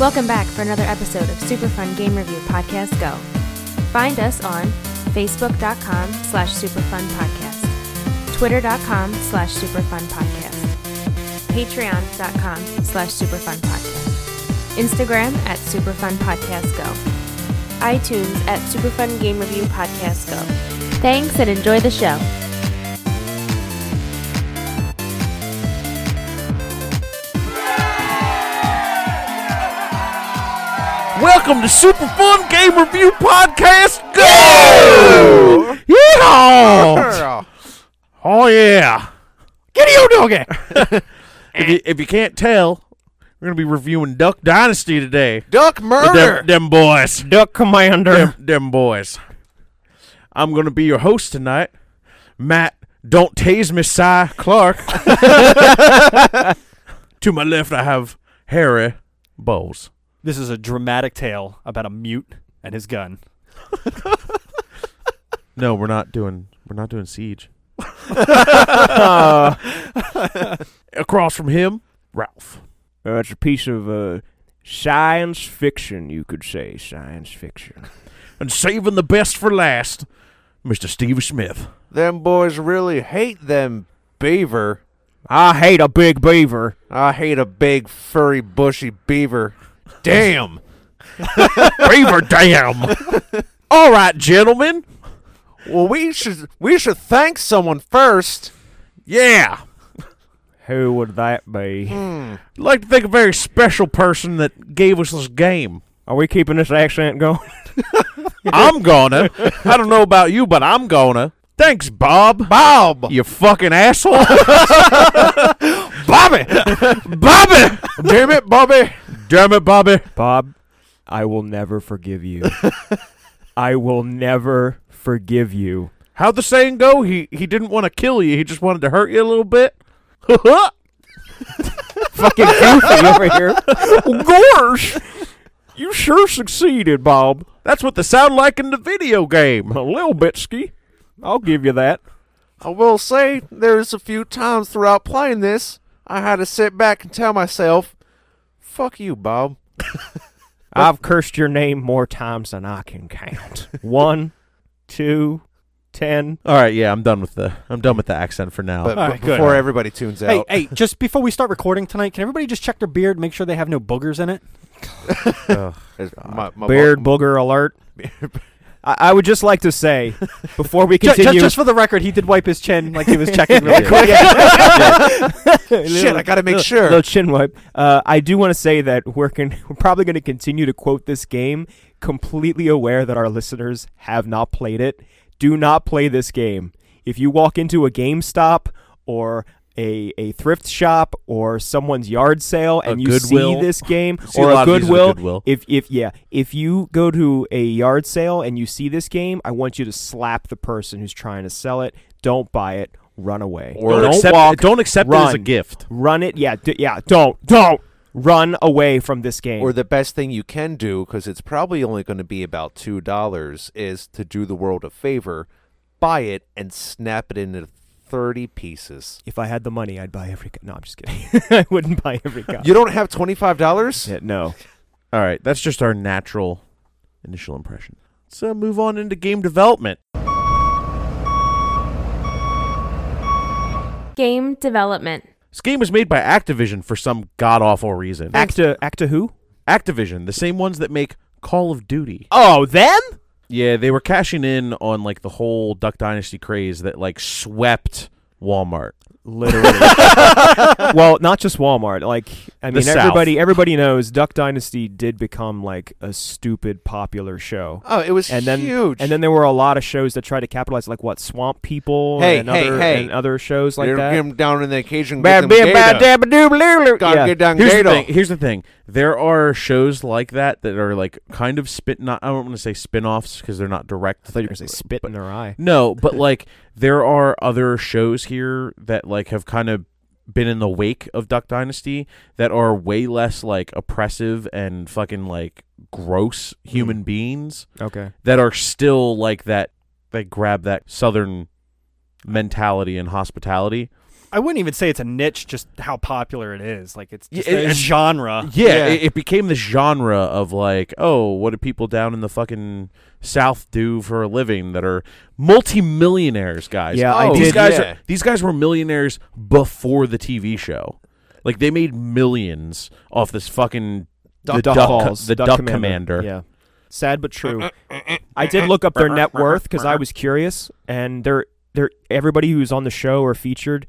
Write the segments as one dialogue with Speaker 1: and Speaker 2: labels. Speaker 1: Welcome back for another episode of Super Fun Game Review Podcast Go. Find us on facebook.com slash superfunpodcast, twitter.com slash superfunpodcast, patreon.com slash superfunpodcast, Instagram at superfunpodcastgo, iTunes at Superfun Game Review Podcast Go. Thanks and enjoy the show.
Speaker 2: Welcome to Super Fun Game Review Podcast. Go! Yeah! Oh yeah! Get your doggy. if, you, if you can't tell, we're gonna be reviewing Duck Dynasty today.
Speaker 3: Duck
Speaker 2: With
Speaker 3: murder.
Speaker 2: Them, them boys.
Speaker 4: Duck Commander.
Speaker 2: Them, them boys. I'm gonna be your host tonight, Matt. Don't tase me, Cy Clark. to my left, I have Harry Bowles.
Speaker 4: This is a dramatic tale about a mute and his gun.
Speaker 2: No, we're not doing. We're not doing siege. Across from him, Ralph.
Speaker 5: Uh, it's a piece of uh, science fiction, you could say. Science fiction.
Speaker 2: And saving the best for last, Mr. Steve Smith.
Speaker 3: them boys really hate them beaver.
Speaker 5: I hate a big beaver.
Speaker 3: I hate a big furry bushy beaver. Damn.
Speaker 2: Beaver Dam. All right, gentlemen.
Speaker 3: Well, we should we should thank someone first.
Speaker 2: Yeah.
Speaker 5: Who would that be?
Speaker 2: I'd like to thank a very special person that gave us this game.
Speaker 5: Are we keeping this accent going?
Speaker 2: I'm gonna. I don't know about you, but I'm gonna. Thanks, Bob. Bob. You fucking asshole. Bobby. Bobby. Damn it, Bobby. Damn it, Bobby.
Speaker 5: Bob, I will never forgive you. I will never forgive you.
Speaker 2: How'd the saying go? He he didn't want to kill you. He just wanted to hurt you a little bit.
Speaker 5: Fucking goofy over here. Gorsh! You sure succeeded, Bob.
Speaker 2: That's what they sound like in the video game.
Speaker 5: A little bit ski. I'll give you that.
Speaker 3: I will say there's a few times throughout playing this I had to sit back and tell myself, "Fuck you, Bob."
Speaker 5: I've cursed your name more times than I can count. One, two, ten.
Speaker 2: All right, yeah, I'm done with the I'm done with the accent for now.
Speaker 3: But,
Speaker 4: All
Speaker 3: b-
Speaker 4: right, good.
Speaker 3: before everybody tunes
Speaker 4: Hey,
Speaker 3: out,
Speaker 4: hey, just before we start recording tonight, can everybody just check their beard, make sure they have no boogers in it?
Speaker 3: There's my, my
Speaker 5: Beard booger alert. I, I would just like to say before we
Speaker 4: Ju- ju-
Speaker 5: continue.
Speaker 4: just for the record, he did wipe his chin like he was checking really quick.
Speaker 3: Shit, I gotta make sure.
Speaker 5: Little chin wipe. Uh, I do want to say that we're con- we're probably going to continue to quote this game, completely aware that our listeners have not played it. Do not play this game. If you walk into a GameStop or a, a thrift shop or someone's yard sale and you
Speaker 2: Goodwill.
Speaker 5: see this game
Speaker 2: See a
Speaker 5: or
Speaker 2: lot
Speaker 5: a
Speaker 2: of these at a
Speaker 5: Goodwill,
Speaker 2: Goodwill.
Speaker 5: if if yeah, if you go to a yard sale and you see this game, I want you to slap the person who's trying to sell it. Don't buy it. Run away.
Speaker 2: Or
Speaker 5: don't
Speaker 2: don't
Speaker 5: accept
Speaker 2: walk-
Speaker 5: it.
Speaker 2: don't accept it as a
Speaker 5: Run.
Speaker 2: gift.
Speaker 5: Run it. Yeah. D- yeah. Don't. Don't run away from this game.
Speaker 3: or the best thing you can do because it's probably only going to be about two dollars is to do the world a favor buy it and snap it into 30 pieces
Speaker 5: if I had the money, I'd buy every. co- No, I'm just kidding. I wouldn't buy every copy.
Speaker 3: you don't have $25
Speaker 5: Yeah, no.
Speaker 2: All right, that's just our natural initial impression. Let's uh, move on into game development.
Speaker 1: Game development.
Speaker 2: This game was made by Activision for some god awful reason.
Speaker 5: Acta. Acta who?
Speaker 2: Activision, the same ones that make Call of Duty.
Speaker 5: Oh, them.
Speaker 2: Yeah, they were cashing in on like the whole Duck Dynasty craze that like swept Walmart.
Speaker 5: Literally. well, not just Walmart. Like, I
Speaker 2: The
Speaker 5: mean,
Speaker 2: South.
Speaker 5: everybody. Everybody knows Duck Dynasty did become like a stupid popular show.
Speaker 3: oh it was
Speaker 5: and then
Speaker 3: huge
Speaker 5: and then there were a lot of shows that tried to capitalize, like what Swamp People
Speaker 3: Hey,
Speaker 5: and
Speaker 3: hey,
Speaker 5: other
Speaker 3: hey.
Speaker 5: and other shows like
Speaker 3: They're
Speaker 5: that.
Speaker 3: getting down in the occasion
Speaker 5: Bad
Speaker 3: get them
Speaker 5: bit, bad
Speaker 3: gator.
Speaker 5: dabba doobly doobly.
Speaker 3: Gotta
Speaker 5: Yeah.
Speaker 3: get down
Speaker 2: Here's the
Speaker 3: gator.
Speaker 2: thing. Here's the thing. There are shows like that that are like kind of spin. Not I don't want to say spin-offs because they're not direct.
Speaker 5: I thought you were gonna say spit in their eye.
Speaker 2: No, but like there are other shows here that like have kind of been in the wake of Duck Dynasty that are way less like oppressive and fucking like gross
Speaker 5: Hmm.
Speaker 2: human beings
Speaker 5: Okay.
Speaker 2: that are still like that that grab that southern mentality and hospitality.
Speaker 4: I wouldn't even say it's a niche, just how popular it is. Like it's
Speaker 2: Yeah,
Speaker 4: just a
Speaker 2: it's-
Speaker 4: genre.
Speaker 2: Uh, Yeah, It, it became the genre of like, oh, what do people down in the fucking South do for a living that are multimillionaires, guys?
Speaker 5: Yeah, I
Speaker 2: oh, these
Speaker 5: did-
Speaker 2: guys
Speaker 3: yeah.
Speaker 2: are these guys were millionaires before the TV show. Like they made millions off this fucking the duck,
Speaker 5: Calls,
Speaker 2: the duck, commander.
Speaker 5: Yeah. Sad but true. I did look up their net worth because I was curious, and they're they're everybody who's on the show or featured.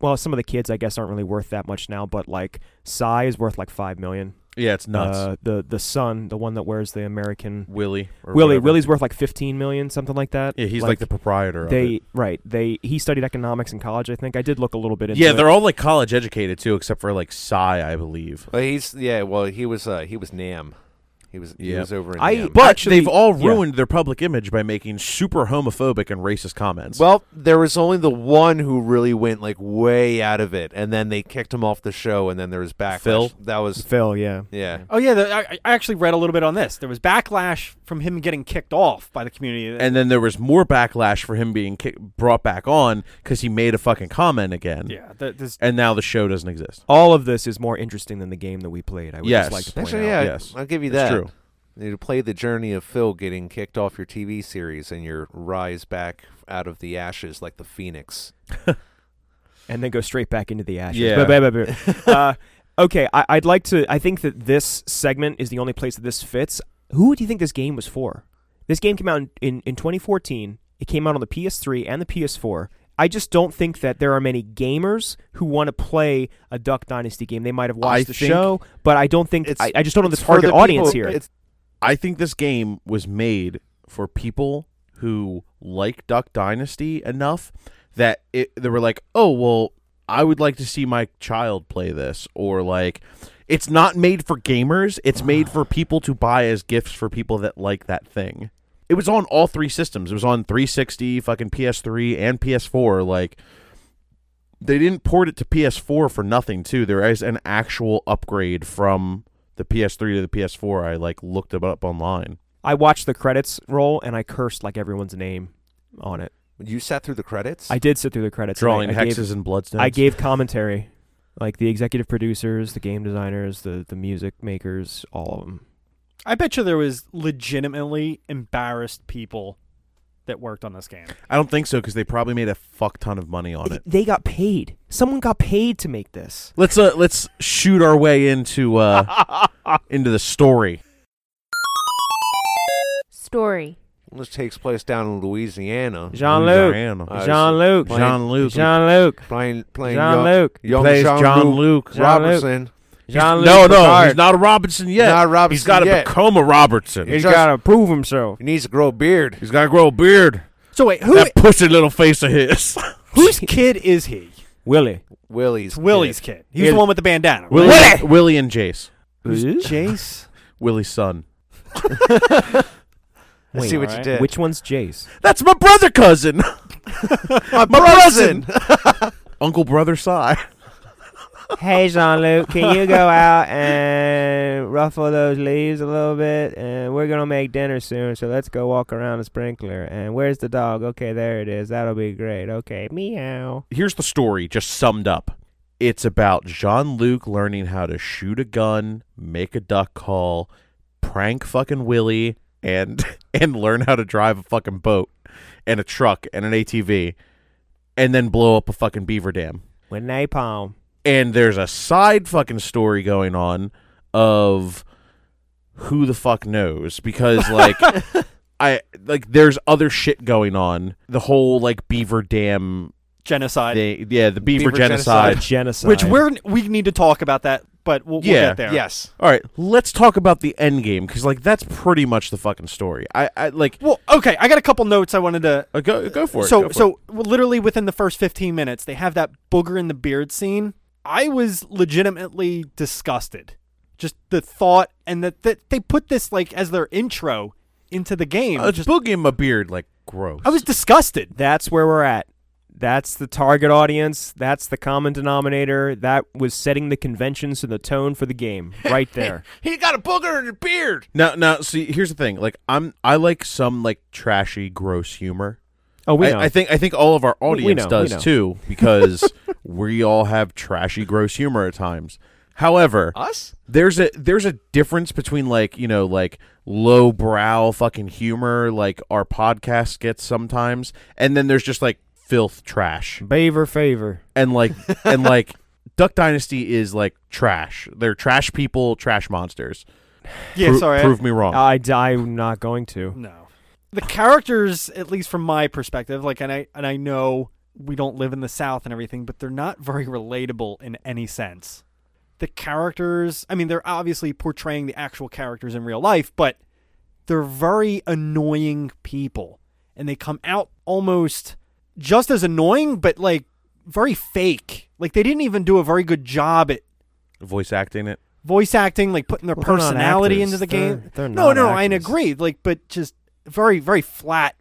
Speaker 5: Well, some of the kids I guess aren't really worth that much now, but like Psy is worth like five million.
Speaker 2: Yeah, it's nuts.
Speaker 5: Uh, the the son, the one that wears the American
Speaker 2: Willie, or
Speaker 5: Willie,
Speaker 2: whatever.
Speaker 5: Willie's worth like fifteen million, something like that.
Speaker 2: Yeah, he's like, the proprietor. of
Speaker 5: they
Speaker 2: it.
Speaker 5: right. They he studied economics in college, I think. I did look a little bit into
Speaker 2: Yeah,
Speaker 5: it.
Speaker 2: they're all like college educated too, except for like Psy, I believe.
Speaker 3: Well, he's yeah. Well, he was uh, he was Nam. He was he
Speaker 2: Yeah.
Speaker 3: was over in
Speaker 5: I-
Speaker 3: Nam.
Speaker 5: but-
Speaker 2: But
Speaker 5: Actually,
Speaker 2: they've all
Speaker 5: yeah.
Speaker 2: ruined their public image by making super homophobic and racist comments.
Speaker 3: well, there was only the one who really went like way out of it, and then they kicked him off the show, and then there was backlash.
Speaker 2: Phil?
Speaker 3: That was
Speaker 5: Phil, yeah.
Speaker 3: yeah.
Speaker 4: Oh yeah, the, I, I actually read a little bit on this. There was backlash from him getting kicked off by the community.
Speaker 2: and then there was more backlash for him being ki- brought back on because he made a fucking comment again.
Speaker 4: yeah, th- this
Speaker 2: And now the show doesn't exist.
Speaker 5: All of this is more interesting than the game that we played. I would
Speaker 2: Yes.
Speaker 5: just like to point
Speaker 3: Actually,
Speaker 5: out.
Speaker 3: yeah,
Speaker 2: yes.
Speaker 3: I'll give you
Speaker 2: That's
Speaker 3: that.
Speaker 2: true.
Speaker 3: You play the journey of Phil getting kicked off your TV series and your rise back out of the ashes like the phoenix.
Speaker 5: and then go straight back into the ashes.
Speaker 2: Yeah.
Speaker 5: Bah, bah, bah, bah. uh, okay, I, I'd like to. I think that this segment is the only place that this fits. Who do you think this game was for? This game came out in, in, in 2014. It came out on the PS3 and the PS4. I just don't think that there are many gamers who want to play a Duck Dynasty game. They might have watched
Speaker 2: I
Speaker 5: the
Speaker 2: think
Speaker 5: show, but I don't think
Speaker 2: it's-
Speaker 5: I, I just don't know the
Speaker 2: it's for
Speaker 5: target
Speaker 2: the
Speaker 5: audience
Speaker 2: people-
Speaker 5: here.
Speaker 2: it's- I think this game was made for people who like Duck Dynasty enough that it, they were like, oh, well, I would like to see my child play this. Or like, it's not made for gamers, it's made for people to buy as gifts for people that like that thing. It was on all three systems. It was on 360, fucking PS3, and PS4. Like, they didn't port it to PS4 for nothing too. There is an actual upgrade from the PS3 to the PS4. I like looked it up online.
Speaker 5: I watched the credits roll and I cursed like everyone's name on it.
Speaker 3: You sat through the credits.
Speaker 5: I did sit through the credits. and I-
Speaker 2: Drawing
Speaker 5: I gave-
Speaker 2: hexes and bloodstones.
Speaker 5: I gave commentary, like the executive producers, the game designers, the the music makers, all of them.
Speaker 4: I bet you there was legitimately embarrassed people that worked on this game.
Speaker 2: I don't think so because they probably made a fuck ton of money on it.
Speaker 5: They got paid. Someone got paid to make this.
Speaker 2: Let's uh, let's shoot our way into uh, into the story.
Speaker 1: Story.
Speaker 3: This takes place down in Louisiana.
Speaker 5: Jean Luc.
Speaker 2: Louisiana.
Speaker 3: Uh,
Speaker 5: Jean Luc.
Speaker 2: Jean Luc
Speaker 5: Jean Luc.
Speaker 3: Playing playing
Speaker 5: Jean
Speaker 3: young,
Speaker 5: Luc.
Speaker 3: young
Speaker 2: plays
Speaker 3: Jean,
Speaker 2: John
Speaker 3: Luke
Speaker 2: Luke.
Speaker 5: Jean
Speaker 3: Robinson.
Speaker 5: Jean Luc.
Speaker 2: no, no,
Speaker 5: Picard.
Speaker 2: he's not a Robinson yet.
Speaker 3: Not a Robinson
Speaker 2: he's got to
Speaker 3: yet.
Speaker 2: become a Robertson.
Speaker 5: He's
Speaker 3: just-
Speaker 5: got to prove himself.
Speaker 3: He needs to grow a beard.
Speaker 2: He's got to grow a beard.
Speaker 4: So wait, who
Speaker 2: That pussy little face of his.
Speaker 4: whose kid is he?
Speaker 5: Willie.
Speaker 3: Willie's
Speaker 4: It's Willie's kid. He's
Speaker 2: Yeah.
Speaker 4: the one with the bandana. right?
Speaker 2: Willie, Willie and Jace.
Speaker 4: Who's
Speaker 5: Who's-
Speaker 4: Jace?
Speaker 2: Willie's son.
Speaker 3: I
Speaker 5: Wait,
Speaker 3: see what you
Speaker 4: alright.
Speaker 3: did.
Speaker 5: Which one's Jace?
Speaker 2: That's my brother cousin.
Speaker 3: my
Speaker 2: cousin. Uncle brother Si.
Speaker 5: hey, Jean Luc, can you go out and ruffle those leaves a little bit? And we're going to make dinner soon, so let's go walk around the sprinkler. And where's the dog? Okay, there it is. That'll be great. Okay, meow.
Speaker 2: Here's the story just summed up. It's about Jean Luc learning how to shoot a gun, make a duck call, prank fucking Willie, and and learn how to drive a fucking boat and a truck and an ATV, and then blow up a fucking beaver dam.
Speaker 5: With napalm.
Speaker 2: and there's a side fucking story going on of who the fuck knows because like I like there's other shit going on. The whole like beaver dam
Speaker 4: Genocide.
Speaker 2: they yeah, the beaver,
Speaker 3: Beaver
Speaker 2: genocide.
Speaker 3: genocide.
Speaker 5: Genocide.
Speaker 4: which we're we need to talk about that, but we'll, we'll
Speaker 2: Yeah.
Speaker 4: get there.
Speaker 3: Yes.
Speaker 2: All right, let's talk about the end game cuz like that's pretty much the fucking story. I I like
Speaker 4: Well, okay. I got a couple notes I wanted to.
Speaker 2: uh, go go for it.
Speaker 4: so
Speaker 2: go for it.
Speaker 4: so well, literally within the first 15 minutes, they have that booger in the beard scene. I was legitimately disgusted. Just the thought and that that they put this like as their intro into the game.
Speaker 2: I was
Speaker 4: Just-
Speaker 2: boogieing my beard like gross.
Speaker 4: I was disgusted.
Speaker 5: That's where we're at. That's the target audience. That's the common denominator. That was setting the conventions and the tone for the game right there.
Speaker 3: He got a booger in his beard.
Speaker 2: Now now see here's the thing. Like I'm I like some like trashy gross humor.
Speaker 5: Oh, we
Speaker 2: I,
Speaker 5: know.
Speaker 2: I think I think all of our
Speaker 5: we
Speaker 2: audience
Speaker 5: know,
Speaker 2: does
Speaker 5: we know.
Speaker 2: too because we all have trashy, gross humor at times. However,
Speaker 3: Us?
Speaker 2: there's a there's a difference between like you know like low brow fucking humor like our podcast gets sometimes, and then there's just like filth trash
Speaker 5: Favor, favor.
Speaker 2: and like and like Duck Dynasty is like trash. They're trash people, trash monsters.
Speaker 4: Yeah,
Speaker 2: Pro-
Speaker 4: sorry. I-
Speaker 2: prove me wrong.
Speaker 5: I, I'm not going to.
Speaker 4: No. The characters, at least from my perspective, like and I and I know we don't live in the South and everything, but they're not very relatable in any sense. The characters I mean, they're obviously portraying the actual characters in real life, but they're very annoying people. And they come out almost just as annoying, but like very fake. Like they didn't even do a very good job at
Speaker 2: Voice acting it.
Speaker 4: voice acting, like putting their
Speaker 5: Well, they're not
Speaker 4: personality
Speaker 5: actors.
Speaker 4: into the
Speaker 5: They're-
Speaker 4: game.
Speaker 5: they're
Speaker 4: no,
Speaker 5: not
Speaker 4: no, I
Speaker 5: actors.
Speaker 4: agree. Like, but just very, very flat,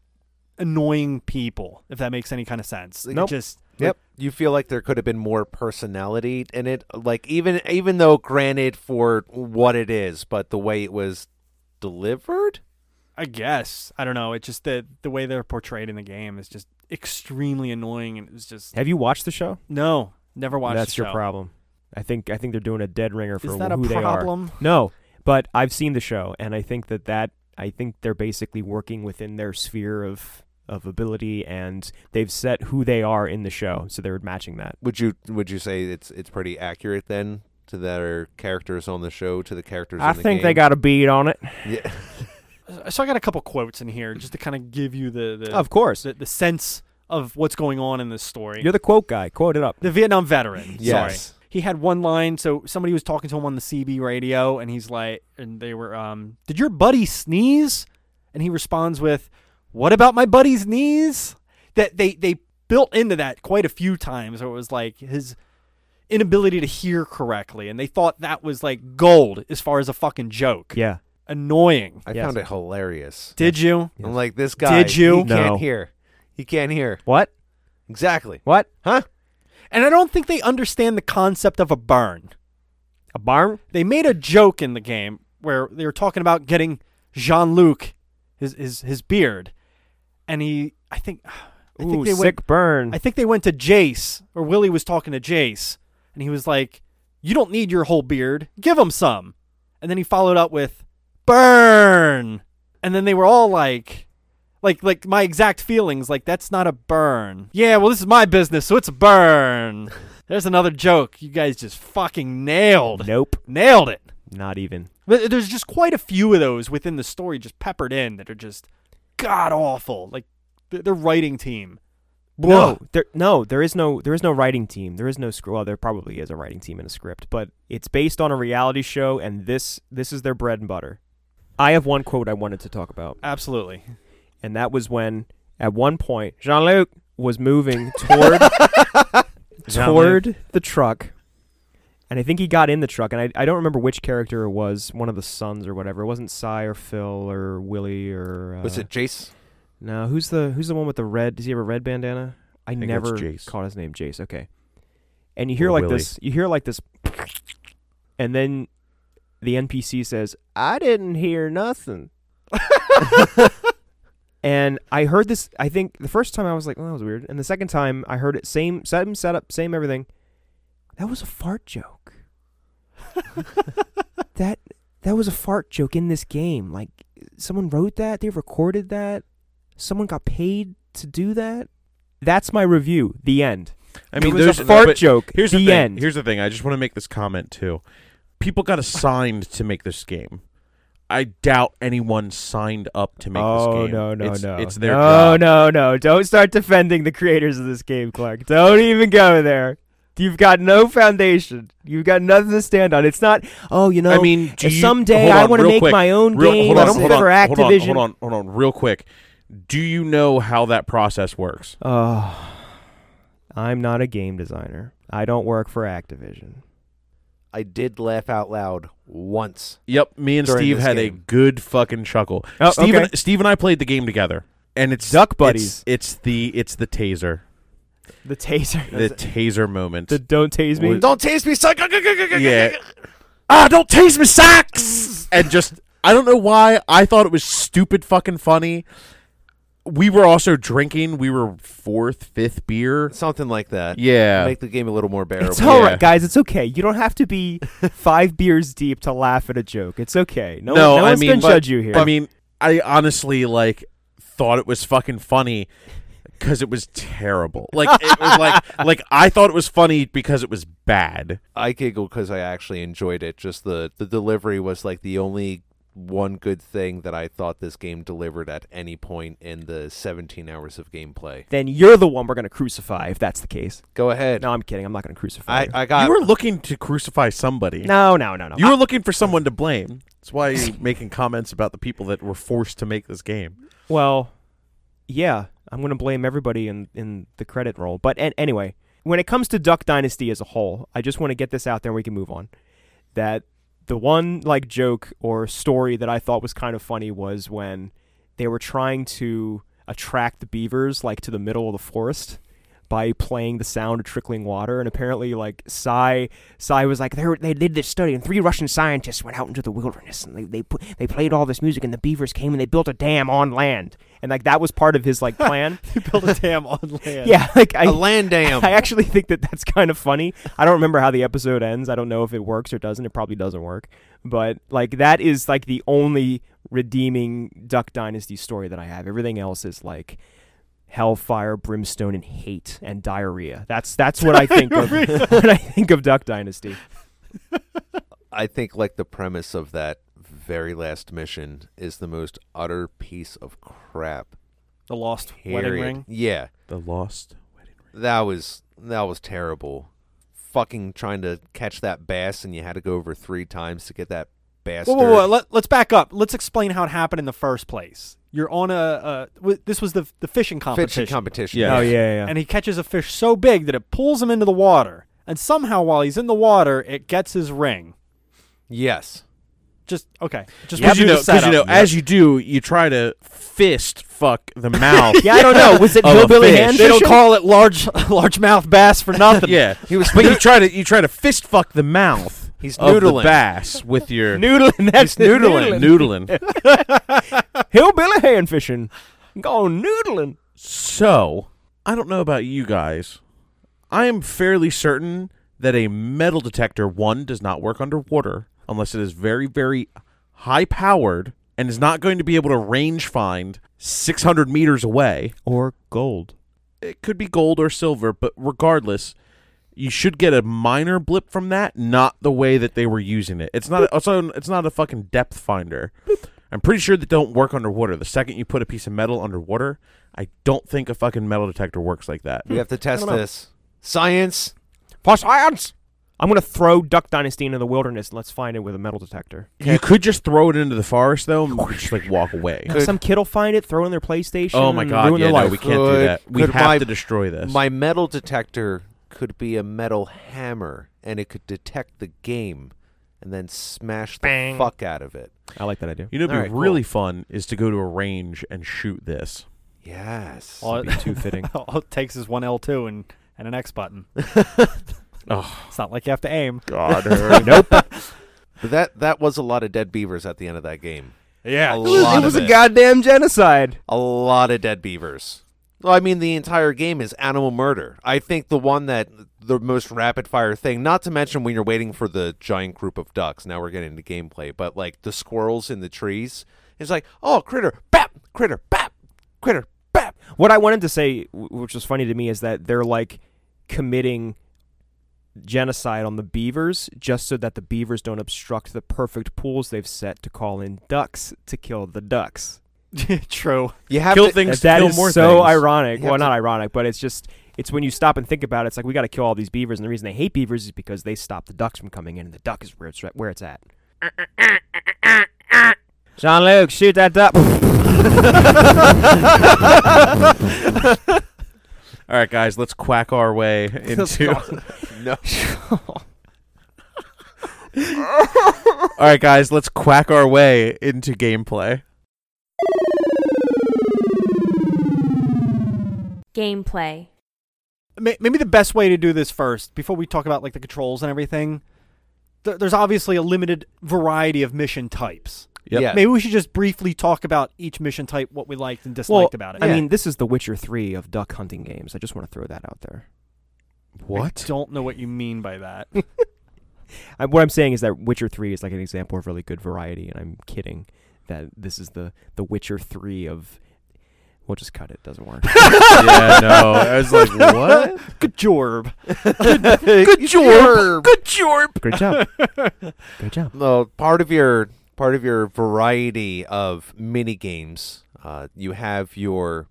Speaker 4: annoying people. If that makes any kind of sense. Like, it
Speaker 3: Nope.
Speaker 4: Just
Speaker 3: Yep. You feel like there could have been more personality in it, like even even though granted for what it is, but the way it was delivered.
Speaker 4: I guess I don't know. It's just the the way they're portrayed in the game is just extremely annoying, and it was just
Speaker 5: Have you watched the show?
Speaker 4: no, never watched.
Speaker 5: That's
Speaker 4: the
Speaker 5: your
Speaker 4: show.
Speaker 5: problem. I think I think they're doing a dead ringer for
Speaker 4: Is that a
Speaker 5: who they are.
Speaker 4: problem?
Speaker 5: No, but I've seen the show, and I think that that I think they're basically working within their sphere of of ability, and they've set who they are in the show, so they're matching that.
Speaker 3: Would you would you say it's it's pretty accurate then to their characters on the show to the characters?
Speaker 5: I
Speaker 3: in the
Speaker 5: think
Speaker 3: game?
Speaker 5: they got a beat on it.
Speaker 3: Yeah.
Speaker 4: Uh, So I got a couple quotes in here just to kind of give you the the,
Speaker 5: Of course,
Speaker 4: the, the sense of what's going on in this story.
Speaker 5: you're the quote guy. Quote it up.
Speaker 4: The Vietnam veteran.
Speaker 3: Yes.
Speaker 4: Sorry. He had one line. So somebody was talking to him on the CB radio, and he's like, and they were, um, did your buddy sneeze? And he responds with, what about my buddy's knees? That they, they built into that quite a few times where it was like his inability to hear correctly. And they thought that was like gold as far as a fucking joke.
Speaker 5: Yeah,
Speaker 4: Annoying.
Speaker 3: I
Speaker 5: Yes.
Speaker 3: found it hilarious.
Speaker 4: Did you?
Speaker 3: I'm like this guy.
Speaker 4: Did you?
Speaker 3: He
Speaker 5: No.
Speaker 3: can't hear. He can't hear.
Speaker 5: What?
Speaker 3: Exactly.
Speaker 5: What?
Speaker 3: Huh?
Speaker 4: And I don't think they understand the concept of a burn.
Speaker 5: A barn?
Speaker 4: they made a joke in the game where they were talking about getting Jean Luc his, his his beard, and he I think I think
Speaker 5: Ooh,
Speaker 4: they
Speaker 5: sick
Speaker 4: went
Speaker 5: burn.
Speaker 4: I think they went to Jace or Willie was talking to Jace, and he was like, "You don't need your whole beard. Give him some." And then he followed up with, "Burn," and then they were all like. Like, like my exact feelings. Like that's not a burn. Yeah, well, this is my business, so it's a burn. There's another joke. You guys just fucking nailed.
Speaker 5: nope,
Speaker 4: Nailed it.
Speaker 5: not even.
Speaker 4: But There's just quite a few of those within the story just peppered in that are just god awful. Like the, the writing team.
Speaker 5: No, there, no, there is no, there is no writing team. There is no script. Well, there probably is a writing team and a script, but it's based on a reality show, and this, this is their bread and butter. I have one quote I wanted to talk about,
Speaker 4: Absolutely.
Speaker 5: and that was when, at one point, Jean Luc was moving toward toward the truck, and I think he got in the truck, and I, I don't remember which character it was, one of the sons or whatever. It wasn't Cy or Phil or Willie or uh,
Speaker 3: Was it Jace?
Speaker 5: no, who's the who's the one with the red? Does he have a red bandana? I,
Speaker 2: think it's
Speaker 5: never
Speaker 2: Jace.
Speaker 5: caught his name. Jace. Okay. And you hear
Speaker 2: Or
Speaker 5: like
Speaker 2: Willie.
Speaker 5: this. You hear like this, and then the NPC says, "I didn't hear nothing." and I heard this. I think the first time I was like, "Oh, that was weird," and the second time I heard it same same setup, same everything. That was a fart joke. that that was a fart joke in this game. Like someone wrote that, they recorded that, someone got paid to do that. That's my review. The end.
Speaker 2: I mean,
Speaker 5: it was
Speaker 2: there's
Speaker 5: a fart
Speaker 2: but
Speaker 5: joke.
Speaker 2: Here's
Speaker 5: the,
Speaker 2: the, thing.
Speaker 5: end.
Speaker 2: Here's the thing. I just want to make this comment too. People got assigned to make this game. I doubt anyone signed up to make this
Speaker 5: oh
Speaker 2: game.
Speaker 5: no no
Speaker 2: it's,
Speaker 5: no!
Speaker 2: It's their
Speaker 5: no
Speaker 2: job.
Speaker 5: no no! Don't start defending the creators of this game, Clark. Don't even go there. You've got no foundation. You've got nothing to stand on. It's not. Oh, you know.
Speaker 2: I mean, do
Speaker 5: if
Speaker 2: you-
Speaker 5: someday
Speaker 2: hold
Speaker 5: I
Speaker 2: on,
Speaker 5: want to
Speaker 2: real
Speaker 5: make
Speaker 2: quick.
Speaker 5: my own
Speaker 2: Real-
Speaker 5: game
Speaker 2: Hold on, hold on,
Speaker 5: for
Speaker 2: hold on,
Speaker 5: Activision.
Speaker 2: hold on, hold on, real quick. Do you know how that process works?
Speaker 5: Oh, I'm not a game designer. I don't work for Activision.
Speaker 3: I did laugh out loud once.
Speaker 2: Yep, me and
Speaker 3: During
Speaker 2: Steve
Speaker 3: this
Speaker 2: had a
Speaker 3: game.
Speaker 2: good fucking chuckle.
Speaker 5: Oh,
Speaker 2: Steve,
Speaker 5: okay.
Speaker 2: and, Steve and I played the game together, and it's
Speaker 5: Duck buddies.
Speaker 2: It's, it's the it's the taser,
Speaker 5: The taser.
Speaker 2: the taser moment.
Speaker 5: The don't tase me.
Speaker 3: Don't taste me, suck.
Speaker 2: yeah. Ah, don't taste me, socks. And just, I don't know why I thought it was stupid fucking funny. we were also drinking. We were fourth, fifth beer.
Speaker 3: Something like that.
Speaker 2: Yeah.
Speaker 3: Make the game a little more bearable.
Speaker 5: It's all right,
Speaker 2: Yeah.
Speaker 5: guys. It's okay. You don't have to be five beers deep to laugh at a joke. It's okay. No, one, no
Speaker 2: I
Speaker 5: one's
Speaker 2: mean,
Speaker 5: gonna
Speaker 2: but-
Speaker 5: judge you here.
Speaker 2: I mean, I honestly like thought it was fucking funny because it was terrible. Like it was like like I thought it was funny because it was bad.
Speaker 3: I giggled because I actually enjoyed it. Just the the delivery was like the only one good thing that I thought this game delivered at any point in the 17 hours of gameplay.
Speaker 5: then you're the one we're gonna crucify if that's the case.
Speaker 3: Go ahead.
Speaker 5: No, I'm kidding. I'm not gonna crucify.
Speaker 3: I
Speaker 5: you.
Speaker 3: I got
Speaker 2: you were looking to crucify somebody.
Speaker 5: no, no, no, no.
Speaker 2: You were looking for someone to blame. That's why you're making comments about the people that were forced to make this game.
Speaker 5: Well, yeah, I'm going to blame everybody in, in the credit roll. But an anyway, when it comes to Duck Dynasty as a whole, I just want to get this out there and we can move on. That the one like joke or story that I thought was kind of funny was when they were trying to attract the beavers like to the middle of the forest by playing the sound of trickling water and apparently like Psy Psy was like they, were, they did this study and three Russian scientists went out into the wilderness and they they, put, they played all this music and the beavers came and they built a dam on land and like that was part of his like plan
Speaker 4: You build a dam on land.
Speaker 5: yeah like I
Speaker 3: a land dam.
Speaker 5: I actually think that that's kind of funny. I don't remember how the episode ends. I don't know if it works or doesn't. It probably doesn't work. But like that is like the only redeeming Duck Dynasty story that I have. Everything else is like hellfire, brimstone, and hate and diarrhea. That's that's what I think of when I think of Duck Dynasty.
Speaker 3: I think like the premise of that very last mission is the most utter piece of crap.
Speaker 4: The lost wedding
Speaker 3: period.
Speaker 4: ring.
Speaker 3: Yeah.
Speaker 2: The lost wedding ring.
Speaker 3: That was that was terrible. Fucking trying to catch that bass and you had to go over 3 times to get that bastard.
Speaker 4: Whoa, whoa, whoa. Let, let's back up. Let's explain how it happened in the first place. You're on a. Uh, w- this was the the fishing competition.
Speaker 3: Fishing competition.
Speaker 2: Yeah.
Speaker 5: Oh yeah, yeah.
Speaker 4: and he catches a fish so big that it pulls him into the water. And somehow, while he's in the water, it gets his ring.
Speaker 3: Yes.
Speaker 4: Just okay. Just
Speaker 2: Because you
Speaker 4: do
Speaker 2: know,
Speaker 4: the
Speaker 2: 'cause you know,
Speaker 4: setup.
Speaker 2: as you do, you try to fist fuck the mouth.
Speaker 5: yeah, I don't know. Was it
Speaker 2: Of a
Speaker 5: hillbilly
Speaker 2: fish.
Speaker 5: hand?
Speaker 4: they don't call it large largemouth bass for nothing.
Speaker 2: yeah, he was. But you try to you try to fist fuck the mouth.
Speaker 3: He's
Speaker 2: of the
Speaker 3: noodling.
Speaker 2: bass with your
Speaker 5: noodling. That's
Speaker 2: noodling, noodling.
Speaker 5: Hillbilly hand fishing. Go noodling.
Speaker 2: So, I don't know about you guys. I am fairly certain that a metal detector, one, does not work underwater unless it is very, very high powered and is not going to be able to range find 600 meters away.
Speaker 5: Or gold.
Speaker 2: It could be gold or silver, but regardless, you should get a minor blip from that, not the way that they were using it. It's not also it's not a fucking depth finder. I'm pretty sure that don't work underwater. The second you put a piece of metal underwater, I don't think a fucking metal detector works like that.
Speaker 3: We have to test this. Science.
Speaker 5: For science! I'm going to throw Duck Dynasty into the wilderness and let's find it with a metal detector.
Speaker 2: You could just throw it into the forest though, and just like walk away.
Speaker 3: Could-
Speaker 5: Some kid will find it, throw it in their PlayStation.
Speaker 2: Oh my
Speaker 5: and
Speaker 2: god,
Speaker 5: ruin
Speaker 2: yeah,
Speaker 5: their
Speaker 2: no,
Speaker 5: life.
Speaker 2: we can't do
Speaker 3: Could-
Speaker 2: that. We
Speaker 3: could
Speaker 2: have
Speaker 3: my-
Speaker 2: to destroy this.
Speaker 3: My metal detector could be a metal hammer, and it could detect the game and then smash the fuck out of it.
Speaker 5: I like that idea.
Speaker 2: you know, what'd be
Speaker 3: Alright, cool.
Speaker 2: really fun is to go to a range and shoot this.
Speaker 3: Yes.
Speaker 4: all,
Speaker 5: It'd be too fitting.
Speaker 4: all it takes is one L two and and an X button.
Speaker 2: Oh
Speaker 4: It's not like you have to aim.
Speaker 2: God, nope.
Speaker 3: But that that was a lot of dead beavers at the end of that game.
Speaker 4: Yeah.
Speaker 3: A
Speaker 5: It was,
Speaker 3: lot
Speaker 5: it was
Speaker 3: of
Speaker 5: a goddamn genocide.
Speaker 3: A lot of dead beavers. Well, I mean, the entire game is animal murder. I think the one that the most rapid fire thing, not to mention when you're waiting for the giant group of ducks. Now we're getting into gameplay, but like the squirrels in the trees, it's like, oh, critter, bap, critter, bap, critter, bap.
Speaker 5: What I wanted to say, w- which was funny to me, is that they're like committing genocide on the beavers just so that the beavers don't obstruct the perfect pools they've set to call in ducks to kill the ducks.
Speaker 4: True.
Speaker 3: You have
Speaker 2: Kill
Speaker 3: to,
Speaker 2: things,
Speaker 5: That- that
Speaker 2: kill
Speaker 5: is
Speaker 2: more
Speaker 5: so
Speaker 2: things.
Speaker 5: ironic.
Speaker 3: You
Speaker 5: Well,
Speaker 3: have to-
Speaker 5: not ironic, but it's just it's when you stop and think about it. It's like we got to kill all these beavers, and the reason they hate beavers is because they stop the ducks from coming in, and the duck is where it's where it's at. John Luke, shoot that duck.
Speaker 2: All right, guys, let's quack our way into.
Speaker 3: No.
Speaker 2: All right, guys, let's quack our way into gameplay.
Speaker 1: Gameplay.
Speaker 4: May- Maybe the best way to do this first, before we talk about like the controls and everything. th- There's obviously a limited variety of mission types.
Speaker 2: Yep.
Speaker 3: Yeah.
Speaker 4: Maybe we should just briefly talk about each mission type, what we liked and disliked about it.
Speaker 5: I
Speaker 4: Yeah.
Speaker 5: mean, this is The Witcher 3 of duck hunting games. I just want to throw that out there.
Speaker 4: I
Speaker 2: What?
Speaker 4: don't know what you mean by that.
Speaker 5: I, what I'm saying is that Witcher 3 is like an example of really good variety, and I'm kidding that this is the, the Witcher 3 of. We'll just cut it. Doesn't work.
Speaker 2: yeah, no. I was like, what?
Speaker 4: Good jorb.
Speaker 3: Good job.
Speaker 2: Good job.
Speaker 5: Great job. Great job.
Speaker 3: Well, part of your part of your variety of mini games, uh, you have your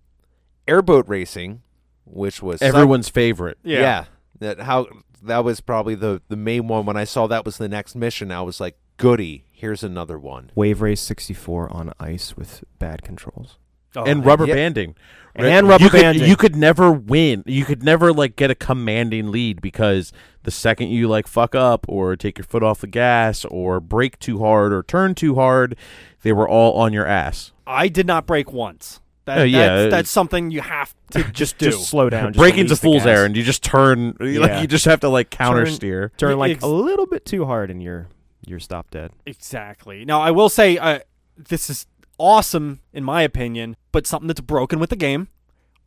Speaker 3: airboat racing, which was some-
Speaker 2: Everyone's favorite.
Speaker 3: yeah. that how that was probably the the main one. When I saw that was the next mission, I was like, goody, here's another one.
Speaker 5: Wave Race 64 on ice with bad controls.
Speaker 4: Oh,
Speaker 2: and rubber
Speaker 3: yeah.
Speaker 2: banding.
Speaker 5: And
Speaker 2: Right?
Speaker 5: rubber
Speaker 2: you could,
Speaker 5: banding.
Speaker 2: You could never win. You could never like get a commanding lead because the second you like fuck up or take your foot off the gas or brake too hard or turn too hard, they were all on your ass.
Speaker 4: I did not break once. That,
Speaker 2: Oh, yeah,
Speaker 4: that's,
Speaker 2: it-
Speaker 4: that's something you have to just do.
Speaker 5: Just slow down. Just
Speaker 2: Braking's a
Speaker 5: release the
Speaker 2: fool's
Speaker 5: gas.
Speaker 2: errand. You just turn. you,
Speaker 5: Yeah.
Speaker 2: Like you just have to like counter steer.
Speaker 5: Turn like
Speaker 4: Ex-
Speaker 5: a little bit too hard and you're you're stopped dead.
Speaker 4: Exactly. Now, I will say uh, this is awesome, in my opinion, but something that's broken with the game.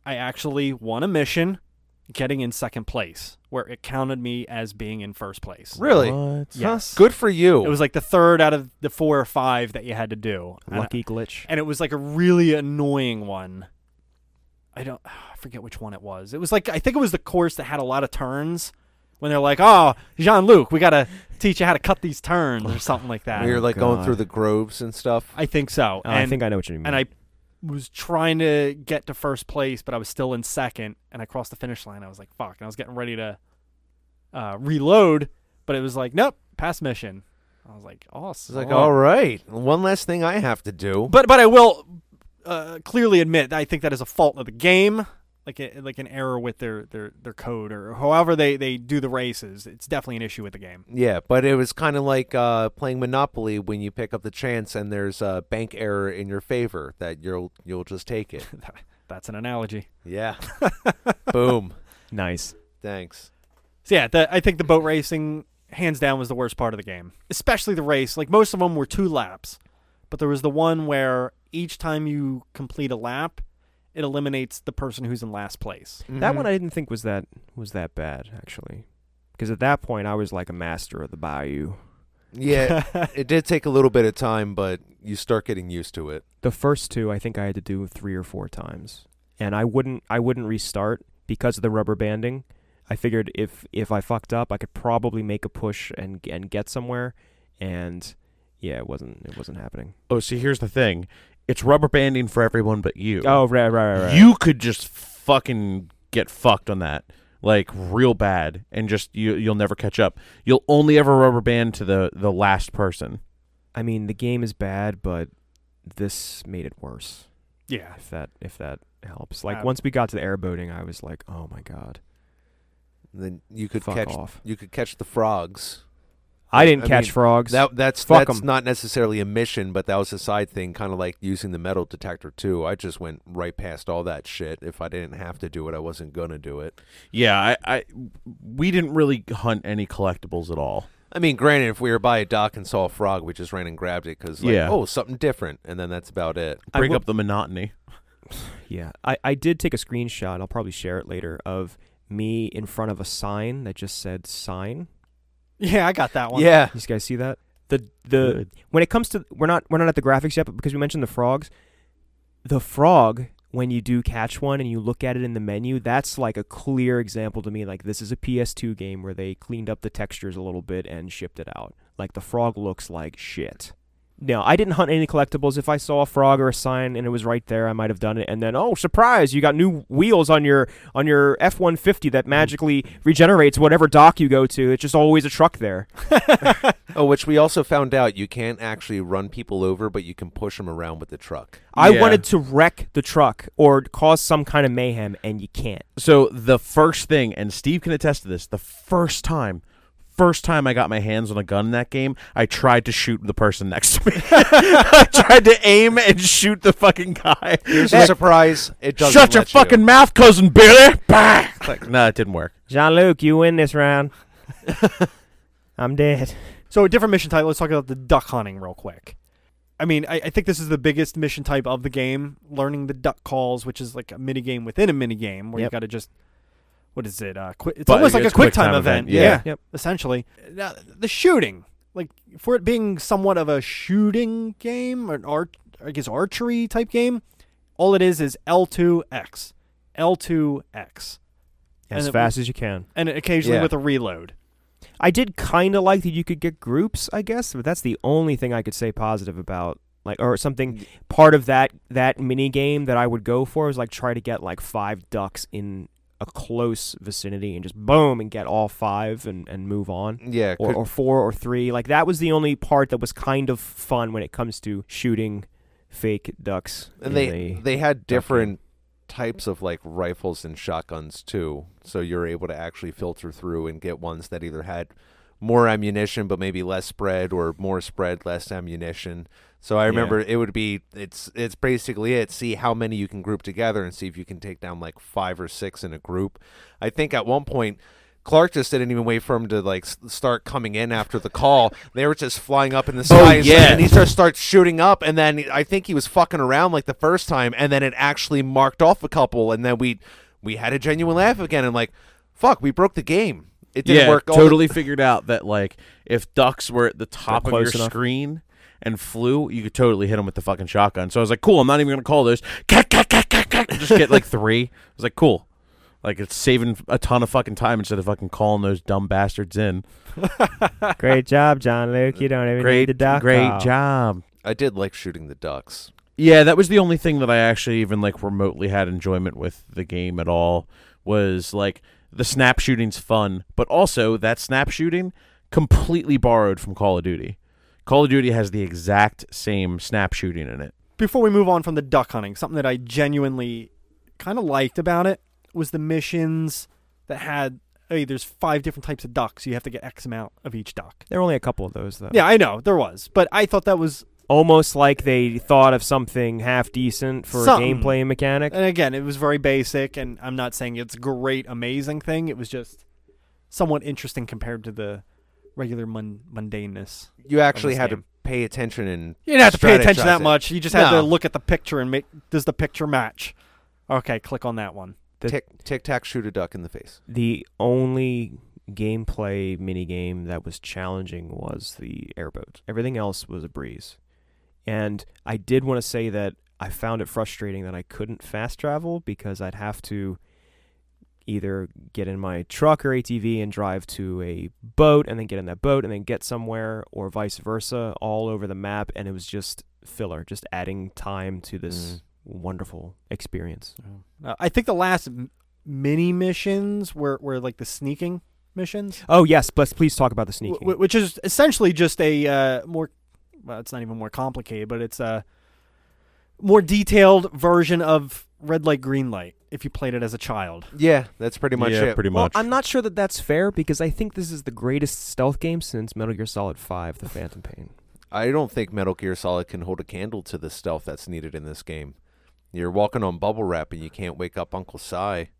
Speaker 4: I actually won a mission getting in second place where it counted me as being in first place.
Speaker 3: Really,
Speaker 2: What?
Speaker 4: Yes.
Speaker 3: good for you.
Speaker 4: It was like the third out of the four or five that you had to do. And-
Speaker 5: Lucky glitch.
Speaker 4: and it was like a really annoying one. I don't ah, I forget which one it was. It was like I think it was the course that had a lot of turns when they're like, "Oh, Jean-Luc, we got to teach you how to cut these turns or something like that."
Speaker 3: we were
Speaker 5: Oh,
Speaker 3: like going
Speaker 5: God.
Speaker 3: through the groves and stuff.
Speaker 4: I think so.
Speaker 5: Oh,
Speaker 4: and
Speaker 5: I think I know what you mean.
Speaker 4: and I was trying to get to first place, but I was still in second and I crossed the finish line. I was like, "Fuck." And I was getting ready to uh, reload, but it was like, "Nope, pass mission." I was like, "Oh,
Speaker 3: It's like,
Speaker 4: son of a
Speaker 3: all right, one last thing I have to do.
Speaker 4: but but I will uh, clearly admit that I think that is a fault of the game, like a, like an error with their, their, their code or however they, they do the races. It's definitely an issue with the game.
Speaker 3: yeah, but it was kind of like uh, playing Monopoly when you pick up the chance and there's a bank error in your favor that you'll you'll just take it.
Speaker 4: That's an analogy.
Speaker 3: Yeah, boom.
Speaker 5: nice.
Speaker 3: Thanks.
Speaker 4: So yeah, the, I think the boat racing hands down was the worst part of the game, especially the race. Like most of them were two laps, but there was the one where each time you complete a lap, it eliminates the person who's in last place.
Speaker 5: That one I didn't think was that was that bad actually. Because at that point I was like a master of the bayou.
Speaker 3: Mm-hmm. Yeah, it did take a little bit of time, but you start getting used to it.
Speaker 5: The first two I think I had to do three or four times. And I wouldn't I wouldn't restart because of the rubber banding. I figured if if I fucked up I could probably make a push and and get somewhere and yeah, it wasn't it wasn't happening.
Speaker 2: Oh, see, here's the thing. It's rubber banding for everyone but you.
Speaker 5: Oh right right right. right.
Speaker 2: you could just fucking get fucked on that like real bad and just you you'll never catch up you'll only ever rubber band to the the last person
Speaker 5: I mean, the game is bad, but this made it worse.
Speaker 4: Yeah.
Speaker 5: If that if that helps. Like
Speaker 4: Uh,
Speaker 5: once we got to the airboating, I was like, oh my god,
Speaker 3: And then you could
Speaker 5: fuck
Speaker 3: catch
Speaker 5: off.
Speaker 3: you could catch the frogs.
Speaker 5: I didn't
Speaker 3: I
Speaker 5: catch
Speaker 3: mean,
Speaker 5: frogs.
Speaker 3: That that's
Speaker 5: Fuck
Speaker 3: that's
Speaker 5: 'em.
Speaker 3: not necessarily a mission, but that was a side thing, kind of like using the metal detector too. I just went right past all that shit. If I didn't have to do it, I wasn't gonna do it.
Speaker 2: yeah i i we didn't really hunt any collectibles at all
Speaker 3: I mean, granted, if we were by a dock and saw a frog, we just ran and grabbed it because, like,
Speaker 2: Yeah.
Speaker 3: oh, something different, and then that's about it.
Speaker 5: I
Speaker 2: break
Speaker 5: will-
Speaker 2: up the monotony
Speaker 5: yeah, I I did take a screenshot. I'll probably share it later of me in front of a sign that just said sign.
Speaker 4: Yeah, I got that one.
Speaker 3: Yeah,
Speaker 5: You guys see that? The the when it comes to we're not we're not at the graphics yet, but because we mentioned the frogs, the frog when you do catch one and you look at it in the menu, that's like a clear example to me. Like this is a PS2 game where they cleaned up the textures a little bit and shipped it out. Like the frog looks like shit. Now I didn't hunt any collectibles. If I saw a frog or a sign and it was right there, I might have done it. And then, oh surprise, you got new wheels on your on your F one fifty that magically regenerates whatever dock you go to. It's just always a truck there.
Speaker 3: Oh, which we also found out you can't actually run people over, but you can push them around with the truck.
Speaker 5: I
Speaker 2: Yeah.
Speaker 5: wanted to wreck the truck or cause some kind of mayhem, and you can't.
Speaker 2: so the first thing and steve can attest to this the first time first time i got my hands on a gun in that game i tried to shoot the person next to me i tried to aim and shoot the fucking guy
Speaker 3: Here's a surprise. It doesn't.
Speaker 2: Shut your
Speaker 3: let you.
Speaker 2: fucking mouth, cousin Billy. Bah! Like, no, it didn't work.
Speaker 5: Jean Luc, you win this round. I'm dead.
Speaker 4: So a different mission title. Let's talk about the duck hunting real quick. I mean, I, I think this is the biggest mission type of the game. Learning the duck calls, which is like a mini game within a mini game, where you
Speaker 5: Yep.
Speaker 4: got to just what is it? Uh, qui- it's
Speaker 2: But
Speaker 4: almost like a
Speaker 2: it's
Speaker 4: quick
Speaker 2: quick time
Speaker 4: time event.
Speaker 2: event, yeah.
Speaker 5: Yep.
Speaker 4: Essentially, now, the shooting, like for it being somewhat of a shooting game or an art, I guess archery type game. All it is is L two X, L two X,
Speaker 5: as
Speaker 4: and it-
Speaker 5: fast as you can.
Speaker 4: and occasionally
Speaker 3: Yeah.
Speaker 4: with a reload.
Speaker 5: I did kind of like that you could get groups, I guess, but that's the only thing I could say positive about. Like or something part of that that mini game that I would go for is like try to get like five ducks in a close vicinity and just boom and get all five and, and move on.
Speaker 3: Yeah,
Speaker 5: Or,
Speaker 3: could-
Speaker 5: or four or three. Like that was the only part that was kind of fun when it comes to shooting fake ducks. in
Speaker 3: and they
Speaker 5: the-
Speaker 3: they had different types of like rifles and shotguns too so you're able to actually filter through and get ones that either had more ammunition but maybe less spread or more spread less ammunition so i remember it would be it's it's basically it see how many you can group together and see if you can take down like five or six in a group i think at one point Clark just didn't even wait for him to like s- start coming in after the call. They were just flying up in the sky, and-
Speaker 2: Oh, yeah.
Speaker 3: and he just starts shooting up. And then I think he was fucking around like the first time, and then it actually marked off a couple, and then we we had a genuine laugh again, and like, fuck, we broke the game. It didn't
Speaker 2: yeah,
Speaker 3: work. Oh, all the-
Speaker 2: totally figured out that like if ducks were at the top of your
Speaker 5: close enough.
Speaker 2: screen and flew, you could totally hit them with the fucking shotgun. So I was like, cool. I'm not even gonna call those. Cack, cack, cack, cack, cack. Just get like three. I was like, cool. Like it's saving a ton of fucking time instead of fucking calling those dumb bastards in.
Speaker 5: great job, John Luke. You don't even need
Speaker 2: Great,
Speaker 5: the duck.
Speaker 2: great
Speaker 5: call.
Speaker 2: job.
Speaker 3: I did like shooting the ducks.
Speaker 2: Yeah, that was the only thing that I actually even like remotely had enjoyment with the game at all was like the snap shooting's fun, but also that snap shooting completely borrowed from Call of Duty. Call of Duty has the exact same snap shooting in it.
Speaker 4: before we move on from the duck hunting, something that I genuinely kind of liked about it was the missions that had hey, there's five different types of ducks. You have to get X amount of each duck.
Speaker 5: There were only a couple of those though.
Speaker 4: Yeah, I know there was, but I thought that was,
Speaker 5: almost like they thought of something half decent for
Speaker 4: Something.
Speaker 5: a gameplay mechanic.
Speaker 4: and again, it was very basic. And I'm not saying it's a great, amazing thing. It was just somewhat interesting compared to the regular mun- mundaneness.
Speaker 3: You actually
Speaker 4: this
Speaker 3: had
Speaker 4: game.
Speaker 3: to pay attention and
Speaker 4: You didn't have to pay attention
Speaker 3: strategize
Speaker 4: that
Speaker 3: it.
Speaker 4: much. You just had
Speaker 3: No.
Speaker 4: to look at the picture and make does the picture match? Okay, click on that one.
Speaker 5: The-
Speaker 3: Tick tick tack shoot a duck in the face.
Speaker 5: The only gameplay minigame that was challenging was the airboat. Everything else was a breeze. And I did want to say that I found it frustrating that I couldn't fast travel because I'd have to either get in my truck or ATV and drive to a boat and then get in that boat and then get somewhere or vice versa all over the map and it was just filler just adding time to this wonderful experience.
Speaker 4: Uh, I think the last m- mini missions were, were like the sneaking missions,
Speaker 5: Oh yes, but please talk about the sneaking.
Speaker 4: wh- which is essentially just a uh, more, well, it's not even more complicated, but it's a more detailed version of red light, green light if you played it as a child.
Speaker 3: Yeah, that's pretty much
Speaker 2: yeah,
Speaker 3: it.
Speaker 2: pretty
Speaker 5: well,
Speaker 2: much.
Speaker 5: I'm not sure that that's fair because I think this is the greatest stealth game since Metal Gear Solid 5: The Phantom Pain.
Speaker 3: I don't think Metal Gear Solid can hold a candle to the stealth that's needed in this game. You're walking on bubble wrap and you can't wake up Uncle Si.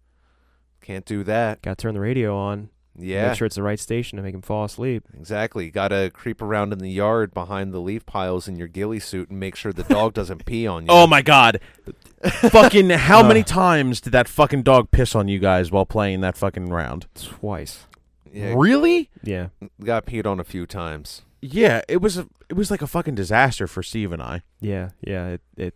Speaker 3: Can't do that.
Speaker 5: Got to turn the radio on,
Speaker 3: Yeah.
Speaker 5: make sure it's the right station to make him fall asleep.
Speaker 3: Exactly. Got to creep around in the yard behind the leaf piles in your ghillie suit and make sure the dog doesn't pee on you.
Speaker 2: Oh my god. fucking how many times did that fucking dog piss on you guys while playing that fucking round?
Speaker 5: Twice.
Speaker 3: yeah,
Speaker 2: Really?
Speaker 5: Yeah.
Speaker 3: got peed on a few times.
Speaker 2: Yeah, it was a, it was like a fucking disaster for Steve and I.
Speaker 5: Yeah. Yeah. It it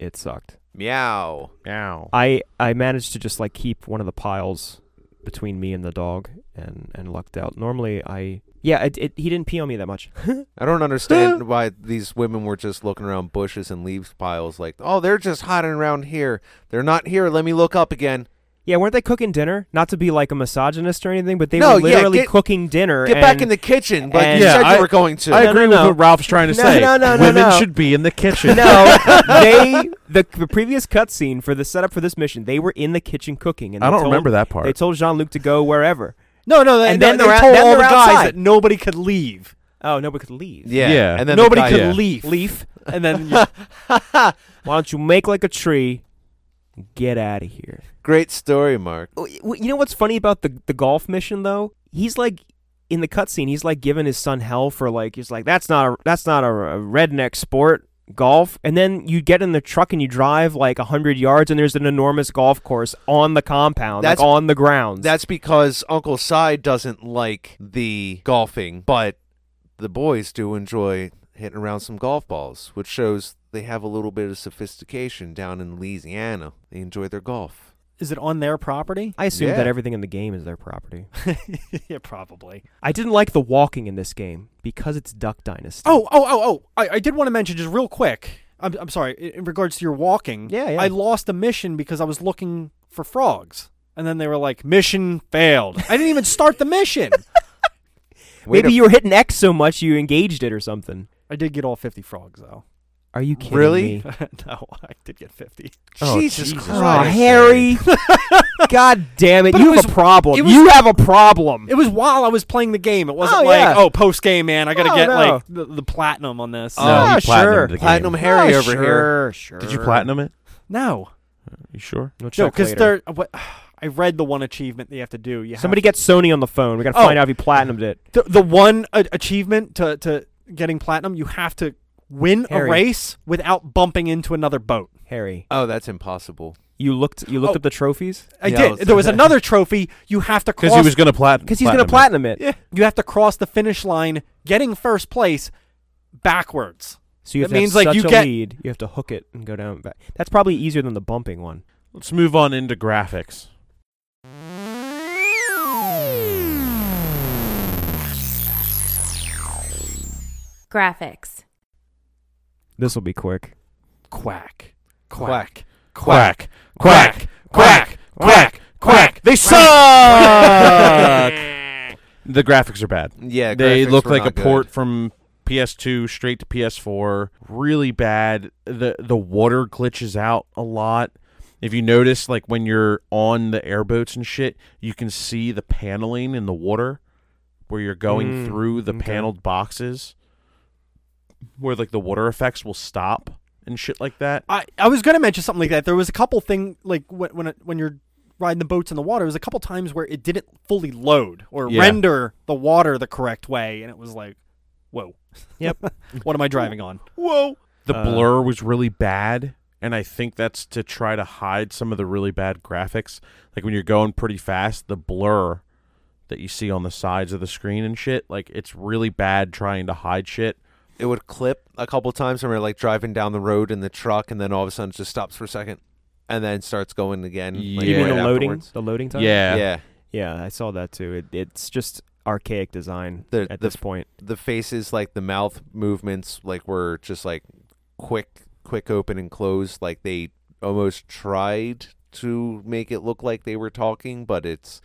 Speaker 5: it sucked.
Speaker 3: Meow.
Speaker 2: Ow.
Speaker 5: I I managed to just like keep one of the piles between me and the dog and and lucked out. Normally I yeah it, it he didn't pee on me that much.
Speaker 3: I don't understand why these women were just looking around bushes and leaves piles like, oh, they're just hiding around here. They're not here. Let me look up again.
Speaker 5: Yeah, weren't they cooking dinner? Not to be like a misogynist or anything, but they
Speaker 3: No,
Speaker 5: were
Speaker 3: yeah,
Speaker 5: literally
Speaker 3: get-
Speaker 5: cooking dinner.
Speaker 3: Get back
Speaker 5: and-
Speaker 3: in the kitchen like
Speaker 5: and-
Speaker 3: you
Speaker 2: Yeah,
Speaker 3: said
Speaker 2: I-
Speaker 3: you were going to.
Speaker 2: I
Speaker 5: No, no,
Speaker 2: agree
Speaker 5: no.
Speaker 2: with what Ralph's trying to
Speaker 5: No,
Speaker 2: say.
Speaker 5: no, no, no,
Speaker 2: Women
Speaker 5: no.
Speaker 2: should be in the kitchen.
Speaker 5: no, they the, the previous cutscene for the setup for this mission, they were in the kitchen cooking, and
Speaker 2: I
Speaker 5: they
Speaker 2: don't
Speaker 5: told-
Speaker 2: remember that
Speaker 5: They
Speaker 2: part.
Speaker 5: told Jean Luc to go wherever.
Speaker 4: No, no, they,
Speaker 5: And
Speaker 4: no,
Speaker 5: then
Speaker 4: they
Speaker 5: they're out-
Speaker 4: told
Speaker 5: then
Speaker 4: all the
Speaker 5: they're
Speaker 4: guys
Speaker 5: outside.
Speaker 4: that nobody could leave.
Speaker 5: Oh, nobody could leave.
Speaker 3: yeah.
Speaker 2: Yeah.
Speaker 3: And then
Speaker 4: nobody
Speaker 3: the guy,
Speaker 4: could
Speaker 2: yeah.
Speaker 4: leave.
Speaker 5: Leaf,
Speaker 4: And then
Speaker 5: why don't you make like a tree? and Get out of here.
Speaker 3: Great story, Mark.
Speaker 5: Oh, y- You know what's funny about the the golf mission though? He's like in the cutscene, he's like giving his son hell for like he's like that's not a that's not a, a redneck sport. golf, and then you get in the truck and you drive like hundred yards, and there's an enormous golf course on the compound,
Speaker 3: That's-
Speaker 5: like on the grounds.
Speaker 3: That's because Uncle Cy doesn't like the golfing, but the boys do enjoy hitting around some golf balls, which shows they have a little bit of sophistication down in Louisiana. They enjoy their golf.
Speaker 4: Is it on their property?
Speaker 5: I assume
Speaker 3: Yeah.
Speaker 5: that everything in the game is their property.
Speaker 4: yeah, probably.
Speaker 5: I didn't like the walking in this game because it's Duck Dynasty.
Speaker 4: Oh, oh, oh, oh! I, I did want to mention just real quick. I'm, I'm sorry. In in regards to your walking,
Speaker 5: Yeah, yeah.
Speaker 4: I lost a mission because I was looking for frogs, and then they were like, "Mission failed." I didn't even start the mission.
Speaker 3: Way
Speaker 5: maybe
Speaker 3: to-
Speaker 5: you were hitting X so much you engaged it or something.
Speaker 4: I did get all 50 frogs though.
Speaker 5: Are you kidding
Speaker 3: Really?
Speaker 5: me?
Speaker 4: no, I did get 50.
Speaker 2: Oh,
Speaker 3: Jesus,
Speaker 2: Jesus
Speaker 5: Oh,
Speaker 3: Christ,
Speaker 5: Harry! God damn it!
Speaker 4: But
Speaker 5: you
Speaker 4: it
Speaker 5: have
Speaker 4: was-
Speaker 5: a problem.
Speaker 4: it was-
Speaker 5: you have a problem.
Speaker 4: It was while I was playing the game. It wasn't
Speaker 5: Oh,
Speaker 4: like,
Speaker 5: yeah.
Speaker 4: oh, post game, man, I got to
Speaker 5: Oh,
Speaker 4: get
Speaker 5: no.
Speaker 4: like the, the platinum on this.
Speaker 2: No,
Speaker 5: Ah,
Speaker 2: he platinumed
Speaker 5: sure.
Speaker 2: the game.
Speaker 3: Platinum Harry
Speaker 5: Oh,
Speaker 3: over
Speaker 5: sure,
Speaker 3: here.
Speaker 5: Sure.
Speaker 2: Did you platinum it?
Speaker 4: no,
Speaker 2: You sure?
Speaker 5: We'll
Speaker 4: no,
Speaker 5: check
Speaker 4: because
Speaker 5: later.
Speaker 4: they're. uh, What, I read the one achievement they have to do. You have
Speaker 5: Somebody gets Sony on the phone. We gotta
Speaker 4: Oh.
Speaker 5: find out if he platinumed it.
Speaker 4: the, the one a- achievement to, to getting platinum, you have to win
Speaker 5: Harry.
Speaker 4: a race without bumping into another boat.
Speaker 5: Harry,
Speaker 3: Oh, that's impossible.
Speaker 5: you looked. You looked
Speaker 4: Oh.
Speaker 5: up the trophies
Speaker 4: I
Speaker 3: Yeah, I
Speaker 4: did.
Speaker 3: was-
Speaker 4: there was another trophy. You have to
Speaker 2: Because
Speaker 4: cross.
Speaker 2: he was going to platinum.
Speaker 5: because he's gonna platinum it.
Speaker 4: yeah. You have to cross the finish line, getting first place, backwards.
Speaker 5: So you have
Speaker 4: That
Speaker 5: to
Speaker 4: means,
Speaker 5: have
Speaker 4: like, you
Speaker 5: such a
Speaker 4: get-
Speaker 5: lead. You have to hook it and go down. Back. That's probably easier than the bumping one.
Speaker 2: Let's move on into graphics.
Speaker 1: Graphics.
Speaker 5: This will be quick.
Speaker 4: Quack,
Speaker 3: Quack.
Speaker 4: quack,
Speaker 2: Quack,
Speaker 4: quack, quack, quack, quack.
Speaker 2: They suck. the graphics are bad.
Speaker 3: Yeah,
Speaker 2: they
Speaker 3: graphics
Speaker 2: look
Speaker 3: were
Speaker 2: like a
Speaker 3: not good.
Speaker 2: port from PS2 straight to PS4. Really bad. The the water glitches out a lot. If you notice, like when you're on the airboats and shit, you can see the paneling in the water where you're going
Speaker 5: Mm,
Speaker 2: through the
Speaker 5: okay.
Speaker 2: paneled boxes, where like the water effects will stop and shit like that.
Speaker 4: I, I was going to mention something like that. There was a couple thing like when when, it, when you're riding the boats in the water, there was a couple times where it didn't fully load or
Speaker 2: Yeah.
Speaker 4: render the water the correct way, and it was like, whoa.
Speaker 5: Yep.
Speaker 4: what am I driving on?
Speaker 2: Whoa. The
Speaker 5: Uh,
Speaker 2: blur was really bad, and I think that's to try to hide some of the really bad graphics. Like when you're going pretty fast, the blur that you see on the sides of the screen and shit, like it's really bad trying to hide shit.
Speaker 3: It would clip a couple times when we were like driving down the road in the truck, and then all of a sudden it just stops for a second, and then starts going again. like,
Speaker 2: You
Speaker 5: You mean
Speaker 3: right
Speaker 5: the loading?
Speaker 3: afterwards.
Speaker 5: The loading time.
Speaker 2: Yeah.
Speaker 3: Yeah,
Speaker 5: Yeah, I saw that too. It, it's just archaic design
Speaker 3: The-
Speaker 5: at
Speaker 3: the
Speaker 5: this point.
Speaker 3: the faces, like the mouth movements, like were just like quick, quick open and close. Like they almost tried to make it look like they were talking, but it's.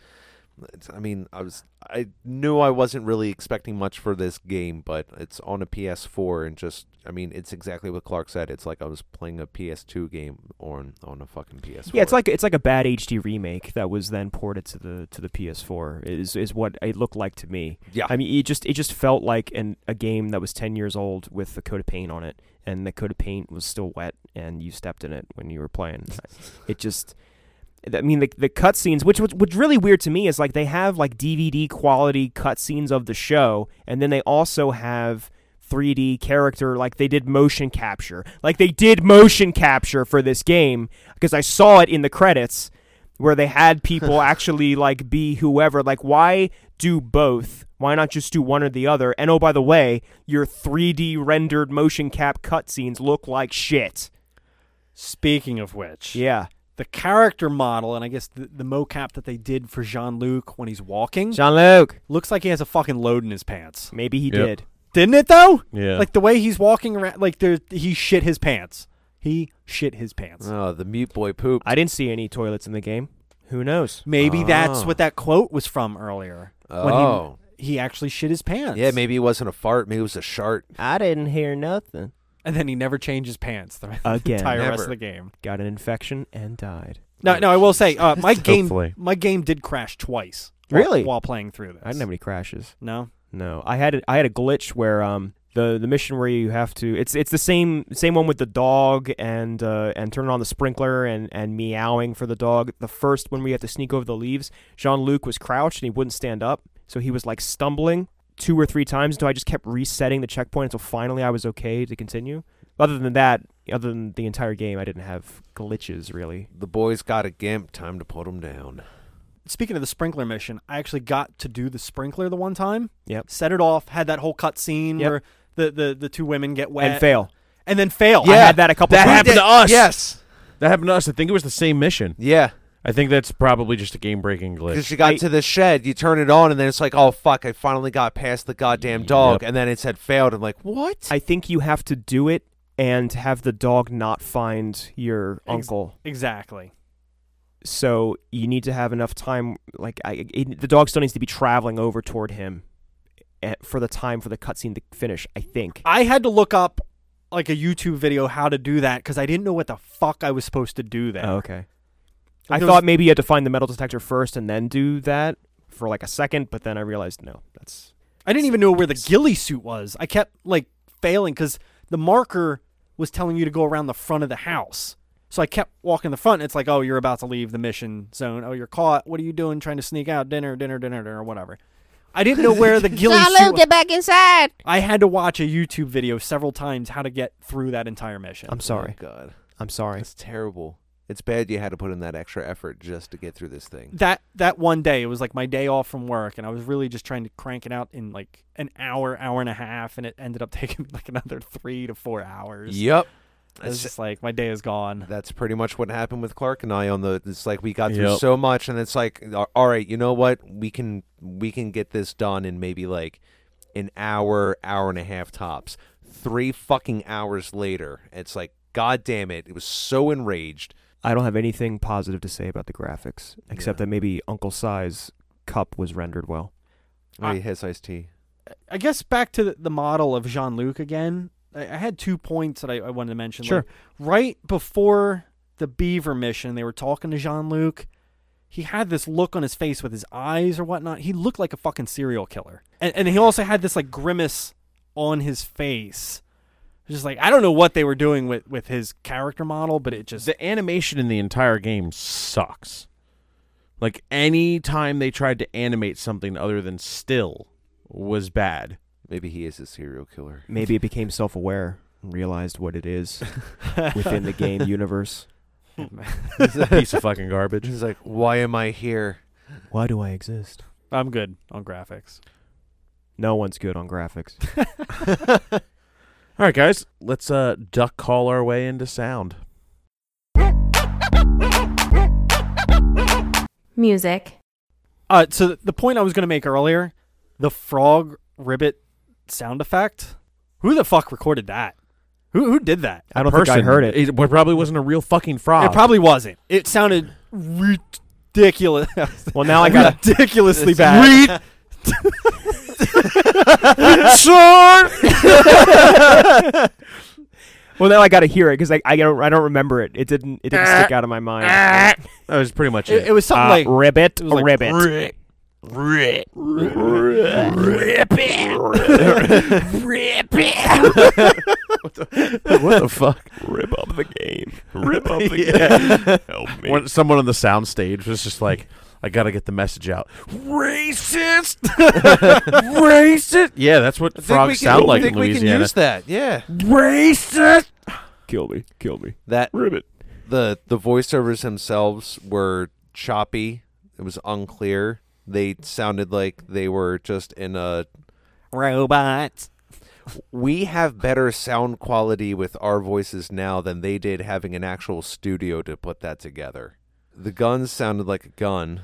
Speaker 3: it's I mean, I was I knew I wasn't really expecting much for this game, but it's on a PS4 and just I mean, it's exactly what Clark said. It's like I was playing a PS2 game on on a fucking PS4.
Speaker 5: Yeah, it's like it's like a bad HD remake that was then ported to the to the PS4. Is is what it looked like to me.
Speaker 3: yeah.
Speaker 5: I mean, it just it just felt like an a game that was ten years old with a coat of paint on it, and the coat of paint was still wet, and you stepped in it when you were playing. it just, I mean, the the cutscenes, which was what's really weird to me is like they have like DVD quality cutscenes of the show, and then they also have. 3D character, like they did motion capture. Like they did motion capture for this game because I saw it in the credits where they had people actually like be whoever. Like, why do both? Why not just do one or the other? And oh, by the way, your 3D rendered motion cap cutscenes look like shit.
Speaker 4: Speaking of which,
Speaker 5: Yeah.
Speaker 4: the character model and I guess the, the mocap that they did for Jean Luc when he's walking
Speaker 5: Jean Luc.
Speaker 4: looks like he has a fucking load in his pants.
Speaker 5: Maybe he
Speaker 2: Yep.
Speaker 5: did.
Speaker 4: Didn't it though?
Speaker 2: Yeah.
Speaker 4: Like the way he's walking around, like there, he shit his pants. He shit his pants.
Speaker 3: Oh, the mute boy poop.
Speaker 5: I didn't see any toilets in the game. Who knows?
Speaker 4: Maybe that's
Speaker 3: Ah.
Speaker 4: what that quote was from earlier.
Speaker 3: Oh.
Speaker 4: When he, he actually shit his pants.
Speaker 3: yeah, maybe it wasn't a fart. Maybe it was a shart.
Speaker 5: I didn't hear nothing.
Speaker 4: And then he never changed his pants the
Speaker 5: Again.
Speaker 4: entire rest
Speaker 3: Never.
Speaker 4: of the game.
Speaker 5: Got an infection and died.
Speaker 4: No, no, I will say, uh, my
Speaker 2: Hopefully.
Speaker 4: game, my game did crash twice. wh-
Speaker 5: Really?
Speaker 4: While playing through this,
Speaker 5: I didn't have any crashes.
Speaker 4: No,
Speaker 5: No, I had a, I had a glitch where um the the mission where you have to it's it's the same same one with the dog and uh, and turning on the sprinkler and and meowing for the dog. The first one where you have to sneak over the leaves. Jean Luc was crouched and he wouldn't stand up, so he was like stumbling two or three times until I just kept resetting the checkpoint until finally I was okay to continue. But Other than that, other than the entire game, I didn't have glitches really.
Speaker 3: The boys got a gimp. Time to put them down.
Speaker 4: Speaking of the sprinkler mission, I actually got to do the sprinkler the one time.
Speaker 5: Yep.
Speaker 4: Set it off. Had that whole cut scene
Speaker 5: Yep.
Speaker 4: where the, the the two women get wet
Speaker 5: And fail.
Speaker 4: and then fail.
Speaker 5: I
Speaker 4: I had
Speaker 5: had that a couple
Speaker 2: that
Speaker 5: times.
Speaker 2: happened to us.
Speaker 3: Yes.
Speaker 2: That happened to us. I think it was the same mission.
Speaker 3: Yeah.
Speaker 2: I think that's probably just a game breaking glitch.
Speaker 3: Because you got
Speaker 5: I-
Speaker 3: to the shed, you turn it on, and then it's like, oh fuck, I finally got past the goddamn dog, and then it said failed. I'm like, what?
Speaker 5: I think you have to do it and have the dog not find your uncle.
Speaker 4: Exactly.
Speaker 5: So you need to have enough time. Like I, it, the dog still needs to be traveling over toward him at, for the time for the cutscene to finish. I think.
Speaker 4: I had to look up like a YouTube video how to do that because I didn't know what the fuck I was supposed to do there.
Speaker 5: Oh, okay.
Speaker 4: Like,
Speaker 5: I
Speaker 4: there
Speaker 5: thought
Speaker 4: was-
Speaker 5: maybe you had to find the metal detector first and then do that for like a second, but then I realized no, that's
Speaker 4: I didn't even know where the ghillie suit was. I kept like failing because the marker was telling you to go around the front of the house. So I kept walking the front. And it's like, oh, you're about to leave the mission zone. Oh, you're caught. What are you doing? Trying to sneak out? Dinner, dinner, dinner, dinner, whatever. I didn't know where the ghillie suit. Was.
Speaker 1: back inside.
Speaker 4: I had to watch a YouTube video several times how to get through that entire mission.
Speaker 5: I'm sorry.
Speaker 3: Oh, God,
Speaker 5: I'm sorry.
Speaker 3: that's terrible. It's bad you had to put in that extra effort just to get through this thing.
Speaker 4: that that one day it was like my day off from work and i was really just trying to crank it out in like an hour hour and a half and it ended up taking me like another three to four hours
Speaker 3: Yep.
Speaker 4: it was
Speaker 3: That's,
Speaker 4: just like my day is gone
Speaker 3: that's pretty much what happened with Clark and I on the. It's like we got through
Speaker 2: Yep.
Speaker 3: so much, and it's like, a- all right, you know what? We can we can get this done in maybe like an hour, hour and a half tops. Three fucking hours later, it's like, god damn it! It was so enraged.
Speaker 5: I don't have anything positive to say about the graphics except
Speaker 3: Yeah.
Speaker 5: that maybe Uncle Si's cup was rendered well.
Speaker 3: Oh,
Speaker 4: I-
Speaker 3: he has iced tea.
Speaker 4: i guess back to the- the model of jean-luc again i, I had two points that i, I wanted to mention Like,
Speaker 5: Sure.
Speaker 4: right before the beaver mission they were talking to jean-luc he had this look on his face with his eyes or whatnot he looked like a fucking serial killer and, and he also had this like grimace on his face just like i don't know what they were doing with with his character model but it just
Speaker 2: the animation in the entire game sucks. Like any time they tried to animate something other than still was bad.
Speaker 3: Maybe he is a serial killer.
Speaker 5: Maybe it became self aware and realized what it is within the game universe.
Speaker 2: Piece of fucking garbage.
Speaker 3: He's like, why am I here?
Speaker 5: Why do I exist?
Speaker 4: i'm good on graphics
Speaker 5: No one's good on graphics.
Speaker 2: All right, guys, let's uh duck call our way into sound.
Speaker 1: Music.
Speaker 4: Uh, so th- the point I was going to make earlier, the frog ribbit sound effect. Who the fuck recorded that? Who who did that?
Speaker 5: I don't think I heard it.
Speaker 2: It probably wasn't a real fucking frog.
Speaker 4: It probably wasn't. It sounded ridiculous.
Speaker 5: Well, now I gotta.
Speaker 4: ridiculously bad.
Speaker 5: Well, now I gotta hear it because I, I don't I don't remember it. It didn't it didn't stick out of my mind.
Speaker 2: that was pretty much
Speaker 4: it,
Speaker 2: it.
Speaker 4: it was something
Speaker 5: Uh,
Speaker 4: like
Speaker 5: ribbit,
Speaker 4: it was like,
Speaker 5: ribbit.
Speaker 2: what the fuck?
Speaker 5: Rip up the game.
Speaker 2: Rip up again. Help me. When someone on the sound stage was just like, I gotta get the message out. Racist! Racist! Yeah, that's what frogs sound like in Louisiana.
Speaker 3: use that. Yeah.
Speaker 2: Racist!
Speaker 5: Kill me, kill me.
Speaker 3: That
Speaker 5: Ribbit.
Speaker 3: the the voiceovers themselves were choppy. It was unclear. They sounded like they were just in a
Speaker 4: robots.
Speaker 3: we have better sound quality with our voices now than they did having an actual studio to put that together. The guns sounded like a gun,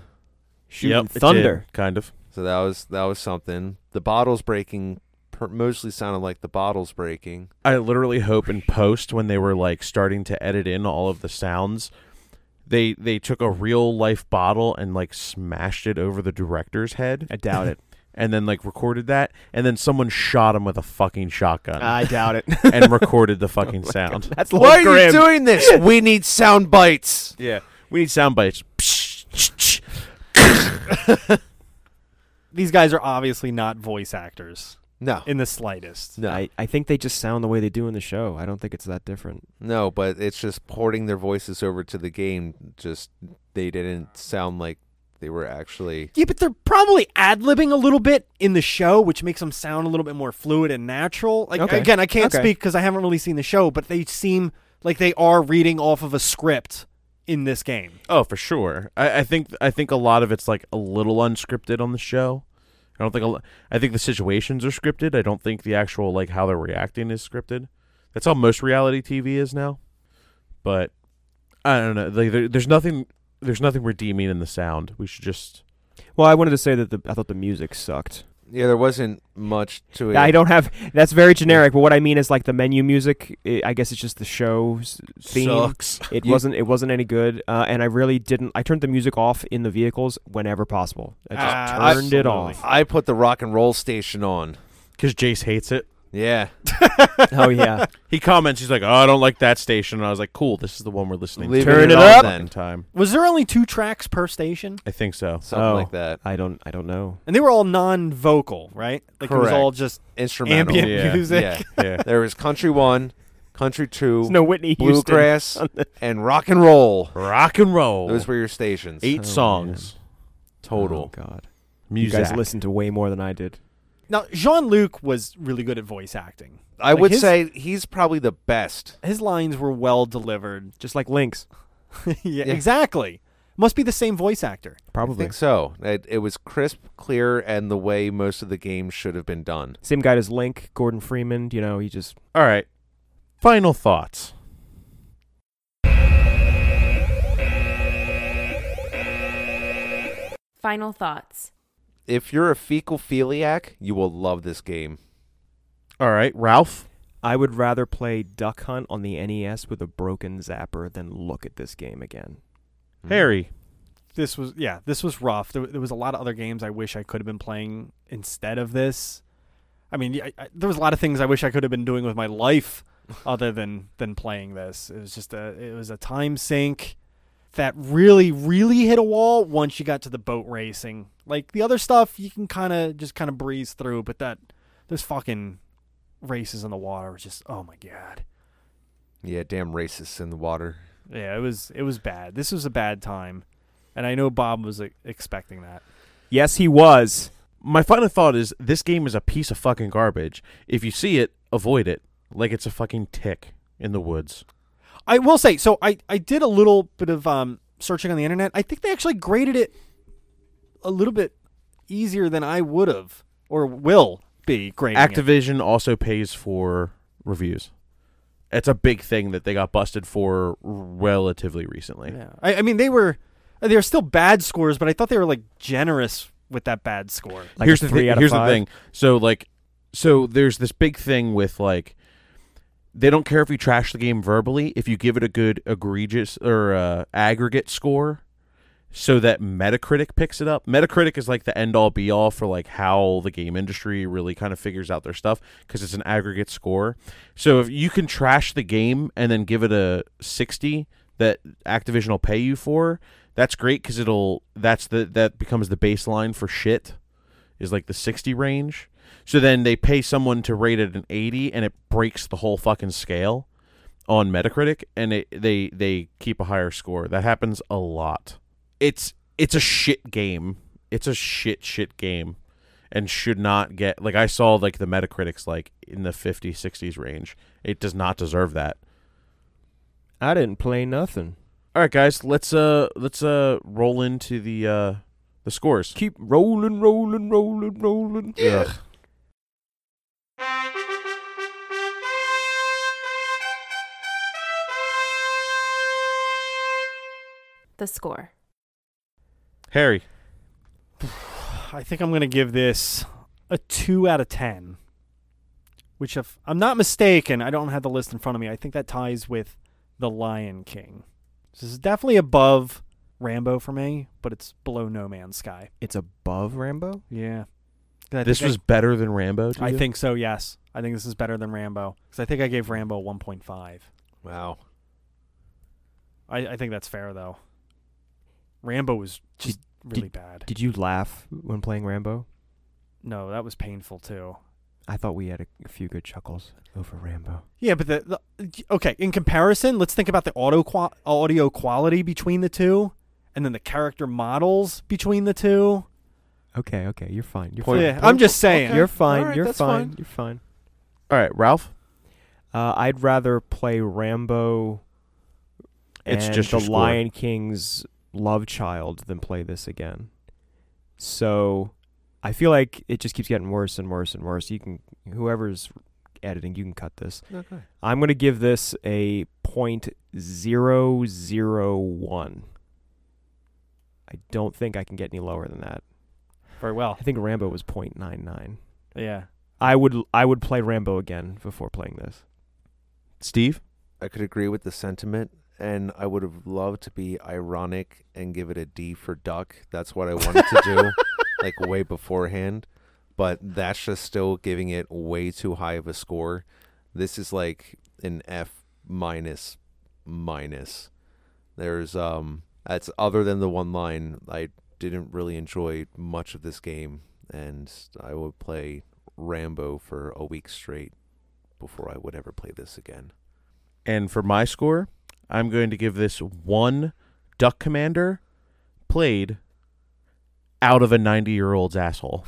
Speaker 5: Shooting
Speaker 2: Yep, it did,
Speaker 5: thunder.
Speaker 2: kind of.
Speaker 3: so that was that was something. The bottles breaking per- mostly sounded like the bottles breaking.
Speaker 2: I literally hope in post when they were like starting to edit in all of the sounds, they they took a real life bottle and like smashed it over the director's head
Speaker 5: I doubt it.
Speaker 2: and then like recorded that and then someone shot him with a fucking shotgun
Speaker 5: I doubt it.
Speaker 2: and recorded the fucking sound.
Speaker 5: That's
Speaker 3: Why
Speaker 5: Lord
Speaker 3: are you
Speaker 5: Grimm.
Speaker 3: doing this? we need sound bites.
Speaker 2: Yeah. We need sound bites.
Speaker 4: These guys are obviously not voice actors
Speaker 3: No.
Speaker 4: in the slightest.
Speaker 3: No.
Speaker 5: I, I think they just sound the way they do in the show. I don't think it's that different.
Speaker 3: No, but it's just porting their voices over to the game. Just they didn't sound like They were actually
Speaker 4: Yeah, but they're probably ad libbing a little bit in the show, which makes them sound a little bit more fluid and natural. Like
Speaker 5: Okay.
Speaker 4: again, I can't
Speaker 5: Okay.
Speaker 4: speak because I haven't really seen the show, but they seem like they are reading off of a script in this game.
Speaker 2: Oh, for sure. I, I think I think a lot of it's like a little unscripted on the show. I don't think a lo- I think the situations are scripted. I don't think the actual like how they're reacting is scripted. That's how most reality TV is now. But I don't know. Like, there, there's nothing there's nothing redeeming in the sound. We should just
Speaker 5: Well, I wanted to say that the, I thought the music sucked.
Speaker 3: yeah. There wasn't much to it.
Speaker 5: I don't have. That's very generic. But what I mean is like the menu music. i I guess it's just the show's theme.
Speaker 2: sucks.
Speaker 5: It
Speaker 3: You-
Speaker 5: wasn't. It wasn't any good. Uh, and I really didn't. I turned the music off in the vehicles whenever possible. I just
Speaker 4: Ah,
Speaker 5: turned it off.
Speaker 3: I put the rock and roll station on.
Speaker 2: Because Jace hates it.
Speaker 3: Yeah,
Speaker 5: oh yeah.
Speaker 2: He comments. He's like, "Oh, I don't like that station." And I was like, "Cool, this is the one we're listening
Speaker 3: Leave
Speaker 2: to."
Speaker 5: Turn it
Speaker 3: on
Speaker 5: up.
Speaker 3: then.
Speaker 2: time.
Speaker 4: Was there only two tracks per station?
Speaker 2: I think so.
Speaker 3: something
Speaker 5: Oh.
Speaker 3: like that.
Speaker 5: I don't. I don't know.
Speaker 4: And they were all non vocal, right? Like it was
Speaker 3: Correct.
Speaker 4: all just
Speaker 3: Instrumental.
Speaker 4: ambient
Speaker 2: Yeah,
Speaker 4: music.
Speaker 3: Yeah,
Speaker 2: Yeah.
Speaker 3: there was country one, country two,
Speaker 5: There's no Whitney Houston.
Speaker 3: bluegrass, and rock and roll.
Speaker 2: Rock and
Speaker 5: Oh.
Speaker 2: roll.
Speaker 3: Those were your stations.
Speaker 2: eight songs
Speaker 5: Total.
Speaker 2: total.
Speaker 5: Oh, God. You
Speaker 2: Music.
Speaker 5: guys listened to way more than I did.
Speaker 4: Now Jean Luc was really good at voice acting.
Speaker 3: I
Speaker 4: Like
Speaker 3: would
Speaker 4: his-
Speaker 3: say he's probably the best.
Speaker 4: His lines were well delivered.
Speaker 5: Just like Lynx.
Speaker 4: yeah, exactly. Must be the same voice actor.
Speaker 3: I
Speaker 5: Probably.
Speaker 3: think so. It, it was crisp, clear, and the way most of the game should have been done.
Speaker 5: Same guy as Link, Gordon Freeman. You know, he just.
Speaker 2: All right. Final thoughts.
Speaker 1: Final thoughts.
Speaker 3: If you're a fecal philiac, you will love this game.
Speaker 2: All right, Ralph.
Speaker 5: I would rather play Duck Hunt on the NES with a broken zapper than look at this game again.
Speaker 3: Hmm.
Speaker 2: Harry.
Speaker 4: this was yeah this was rough there, there was a lot of other games i wish i could have been playing instead of this i mean yeah, I, I, there was a lot of things i wish i could have been doing with my life other than than playing this it was just a it was a time sink that really really hit a wall once you got to the boat racing like the other stuff you can kind of just kind of breeze through but that those fucking races in the water was just oh my god
Speaker 3: Mm-hmm. Yeah, damn racists in the water.
Speaker 4: yeah it was it was bad this was a bad time and i know bob was like, expecting that
Speaker 5: Yes, he was.
Speaker 2: My final thought is this game is a piece of fucking garbage. If you see it, avoid it. Like it's a fucking tick in the woods.
Speaker 4: I will say, so I, I did a little bit of um, searching on the internet. I think they actually graded it a little bit easier than I would have or will be grading it.
Speaker 2: Activision also pays for reviews. It's a big thing that they got busted for relatively recently.
Speaker 4: Yeah. I, I mean, they were they were still bad scores, but I thought they were like generous with that bad score.
Speaker 5: Like
Speaker 2: here's
Speaker 5: a
Speaker 2: the
Speaker 5: three
Speaker 2: thing.
Speaker 5: out of
Speaker 2: Here's
Speaker 5: five.
Speaker 2: the thing. So like, so there's this big thing with like, they don't care if you trash the game verbally if you give it a good egregious or uh, aggregate score, so that Metacritic picks it up. Metacritic is like the end all be all for like how the game industry really kind of figures out their stuff because it's an aggregate score. So if you can trash the game and then give it a sixty that Activision will pay you for. That's great because it'll that's the that becomes the baseline for shit is like the 60 range. So then they pay someone to rate it an 80 and it breaks the whole fucking scale on Metacritic and it, they they keep a higher score. That happens a lot. It's it's a shit game. It's a shit shit game and should not get like I saw like the Metacritic's like in the 50 60s range. It does not deserve that.
Speaker 5: I didn't play nothing.
Speaker 2: All right guys, let's uh let's uh roll into the uh the scores.
Speaker 5: Keep rolling, rolling, rolling, rolling.
Speaker 2: Yeah.
Speaker 1: The score.
Speaker 2: Harry,
Speaker 4: I think I'm going to give this a 2 out of 10. Which, if I'm not mistaken, I don't have the list in front of me. I think that ties with The Lion King. This is definitely above Rambo for me, but it's below No Man's Sky.
Speaker 5: It's above Rambo.
Speaker 4: Yeah. 'Cause I
Speaker 2: this
Speaker 4: think
Speaker 2: was better than Rambo. to
Speaker 4: I, I
Speaker 2: you?
Speaker 4: think so, yes. I think this is better than Rambo. Because I think I gave Rambo a 1.5.
Speaker 3: Wow.
Speaker 4: I, I think that's fair, though. Rambo was just really bad.
Speaker 5: Did you laugh when playing Rambo?
Speaker 4: no, that was painful, too.
Speaker 5: I thought we had a, a few good chuckles over Rambo.
Speaker 4: Yeah, but the, the okay. In comparison, let's think about the auto qua- audio quality between the two, and then the character models between the two.
Speaker 5: Okay, okay, you're fine. You're
Speaker 3: Point-
Speaker 5: fine.
Speaker 4: Yeah, I'm just saying.
Speaker 5: You're fine.
Speaker 3: Alright,
Speaker 5: you're
Speaker 3: that's
Speaker 5: fine.
Speaker 3: fine.
Speaker 5: You're fine.
Speaker 2: All right, Ralph.
Speaker 5: Uh, I'd rather play Rambo.
Speaker 2: It's
Speaker 5: and
Speaker 2: just
Speaker 5: the
Speaker 2: your score.
Speaker 5: Lion King's Love Child than play this again. So, I feel like it just keeps getting worse and worse and worse. You can whoever's editing, you can cut this.
Speaker 3: Okay.
Speaker 5: I'm gonna give this a point zero zero one. I don't think I can get any lower than that.
Speaker 4: Very well.
Speaker 5: I think Rambo was point nine nine.
Speaker 4: Yeah.
Speaker 5: I would I would play Rambo again before playing this.
Speaker 2: Steve.
Speaker 3: I could agree with the sentiment, and I would have loved to be ironic and give it a D for duck. That's what I wanted to do, like way beforehand. But that's just still giving it way too high of a score. This is like an F minus minus. There's um that's other than the one line. I didn't really enjoy much of this game, and I would play Rambo for a week straight before I would ever play this again.
Speaker 2: And for my score, I'm going to give this one Duck Commander played out of a 90 year old's asshole.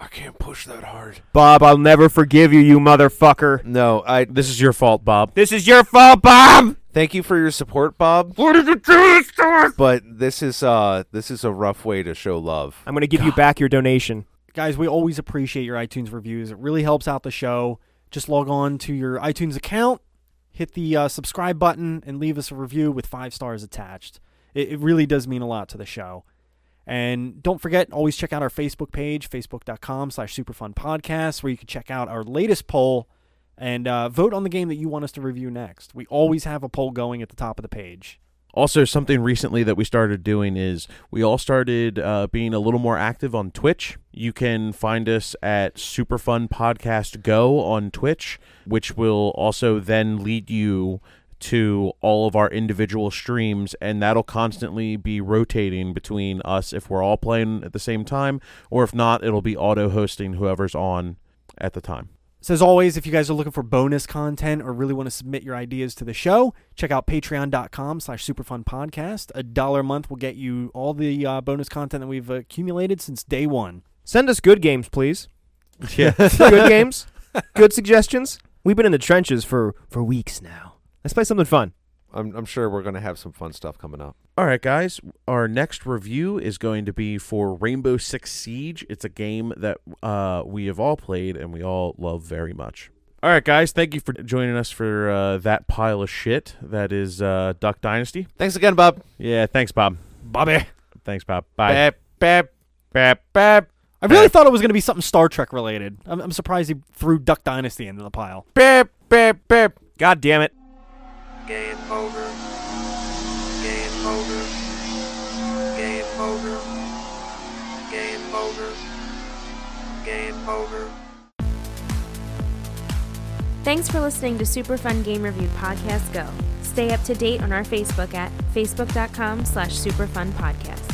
Speaker 3: I can't push that hard.
Speaker 5: Bob, I'll never forgive you, you motherfucker.
Speaker 3: No, I
Speaker 2: This is your fault, Bob.
Speaker 5: This is your fault, Bob.
Speaker 3: thank you for your support, Bob.
Speaker 5: What did you do this to
Speaker 3: But this is uh this is a rough way to show love.
Speaker 5: I'm gonna give you back your donation.
Speaker 4: Guys, we always appreciate your iTunes reviews. It really helps out the show. Just log on to your iTunes account, hit the uh, subscribe button, and leave us a review with five stars attached. It, it really does mean a lot to the show. And don't forget, always check out our Facebook page, facebook.com slash superfunpodcast, where you can check out our latest poll and uh, vote on the game that you want us to review next. We always have a poll going at the top of the page.
Speaker 2: Also, something recently that we started doing is we all started uh, being a little more active on Twitch. You can find us at Superfun Podcast Go on Twitch, which will also then lead you to all of our individual streams, and that'll constantly be rotating between us if we're all playing at the same time, or if not, it'll be auto hosting whoever's on at the time.
Speaker 4: So, as always, if you guys are looking for bonus content or really want to submit your ideas to the show, check out patreon.com slash superfunpodcast. A dollar a month will get you all the uh, bonus content that we've accumulated since day one.
Speaker 5: Send us good games, please.
Speaker 2: Yeah.
Speaker 5: good games, good suggestions. We've been in the trenches for for weeks now. Let's play something fun.
Speaker 3: I'm I'm sure we're gonna have some fun stuff coming up.
Speaker 2: All right, guys. Our next review is going to be for Rainbow Six Siege. It's a game that uh, we have all played and we all love very much. All right, guys. Thank you for joining us for uh, that pile of shit that is uh, Duck Dynasty.
Speaker 3: Thanks again, Bob.
Speaker 2: Yeah. Thanks, Bob.
Speaker 4: Bobby.
Speaker 2: Thanks, Bob. Bye.
Speaker 3: Bap, bap, bap, bap,
Speaker 4: I really thought it was going to be something Star Trek related. I'm, I'm surprised he threw Duck Dynasty into the pile.
Speaker 3: bap, bap, bap.
Speaker 5: God damn it.
Speaker 6: Game over. Game over. Game over. Game over. Game over.
Speaker 1: Thanks for listening to Super Fun Game Review Podcast Go. Stay up to date on our Facebook at facebook.com slash superfunpodcast.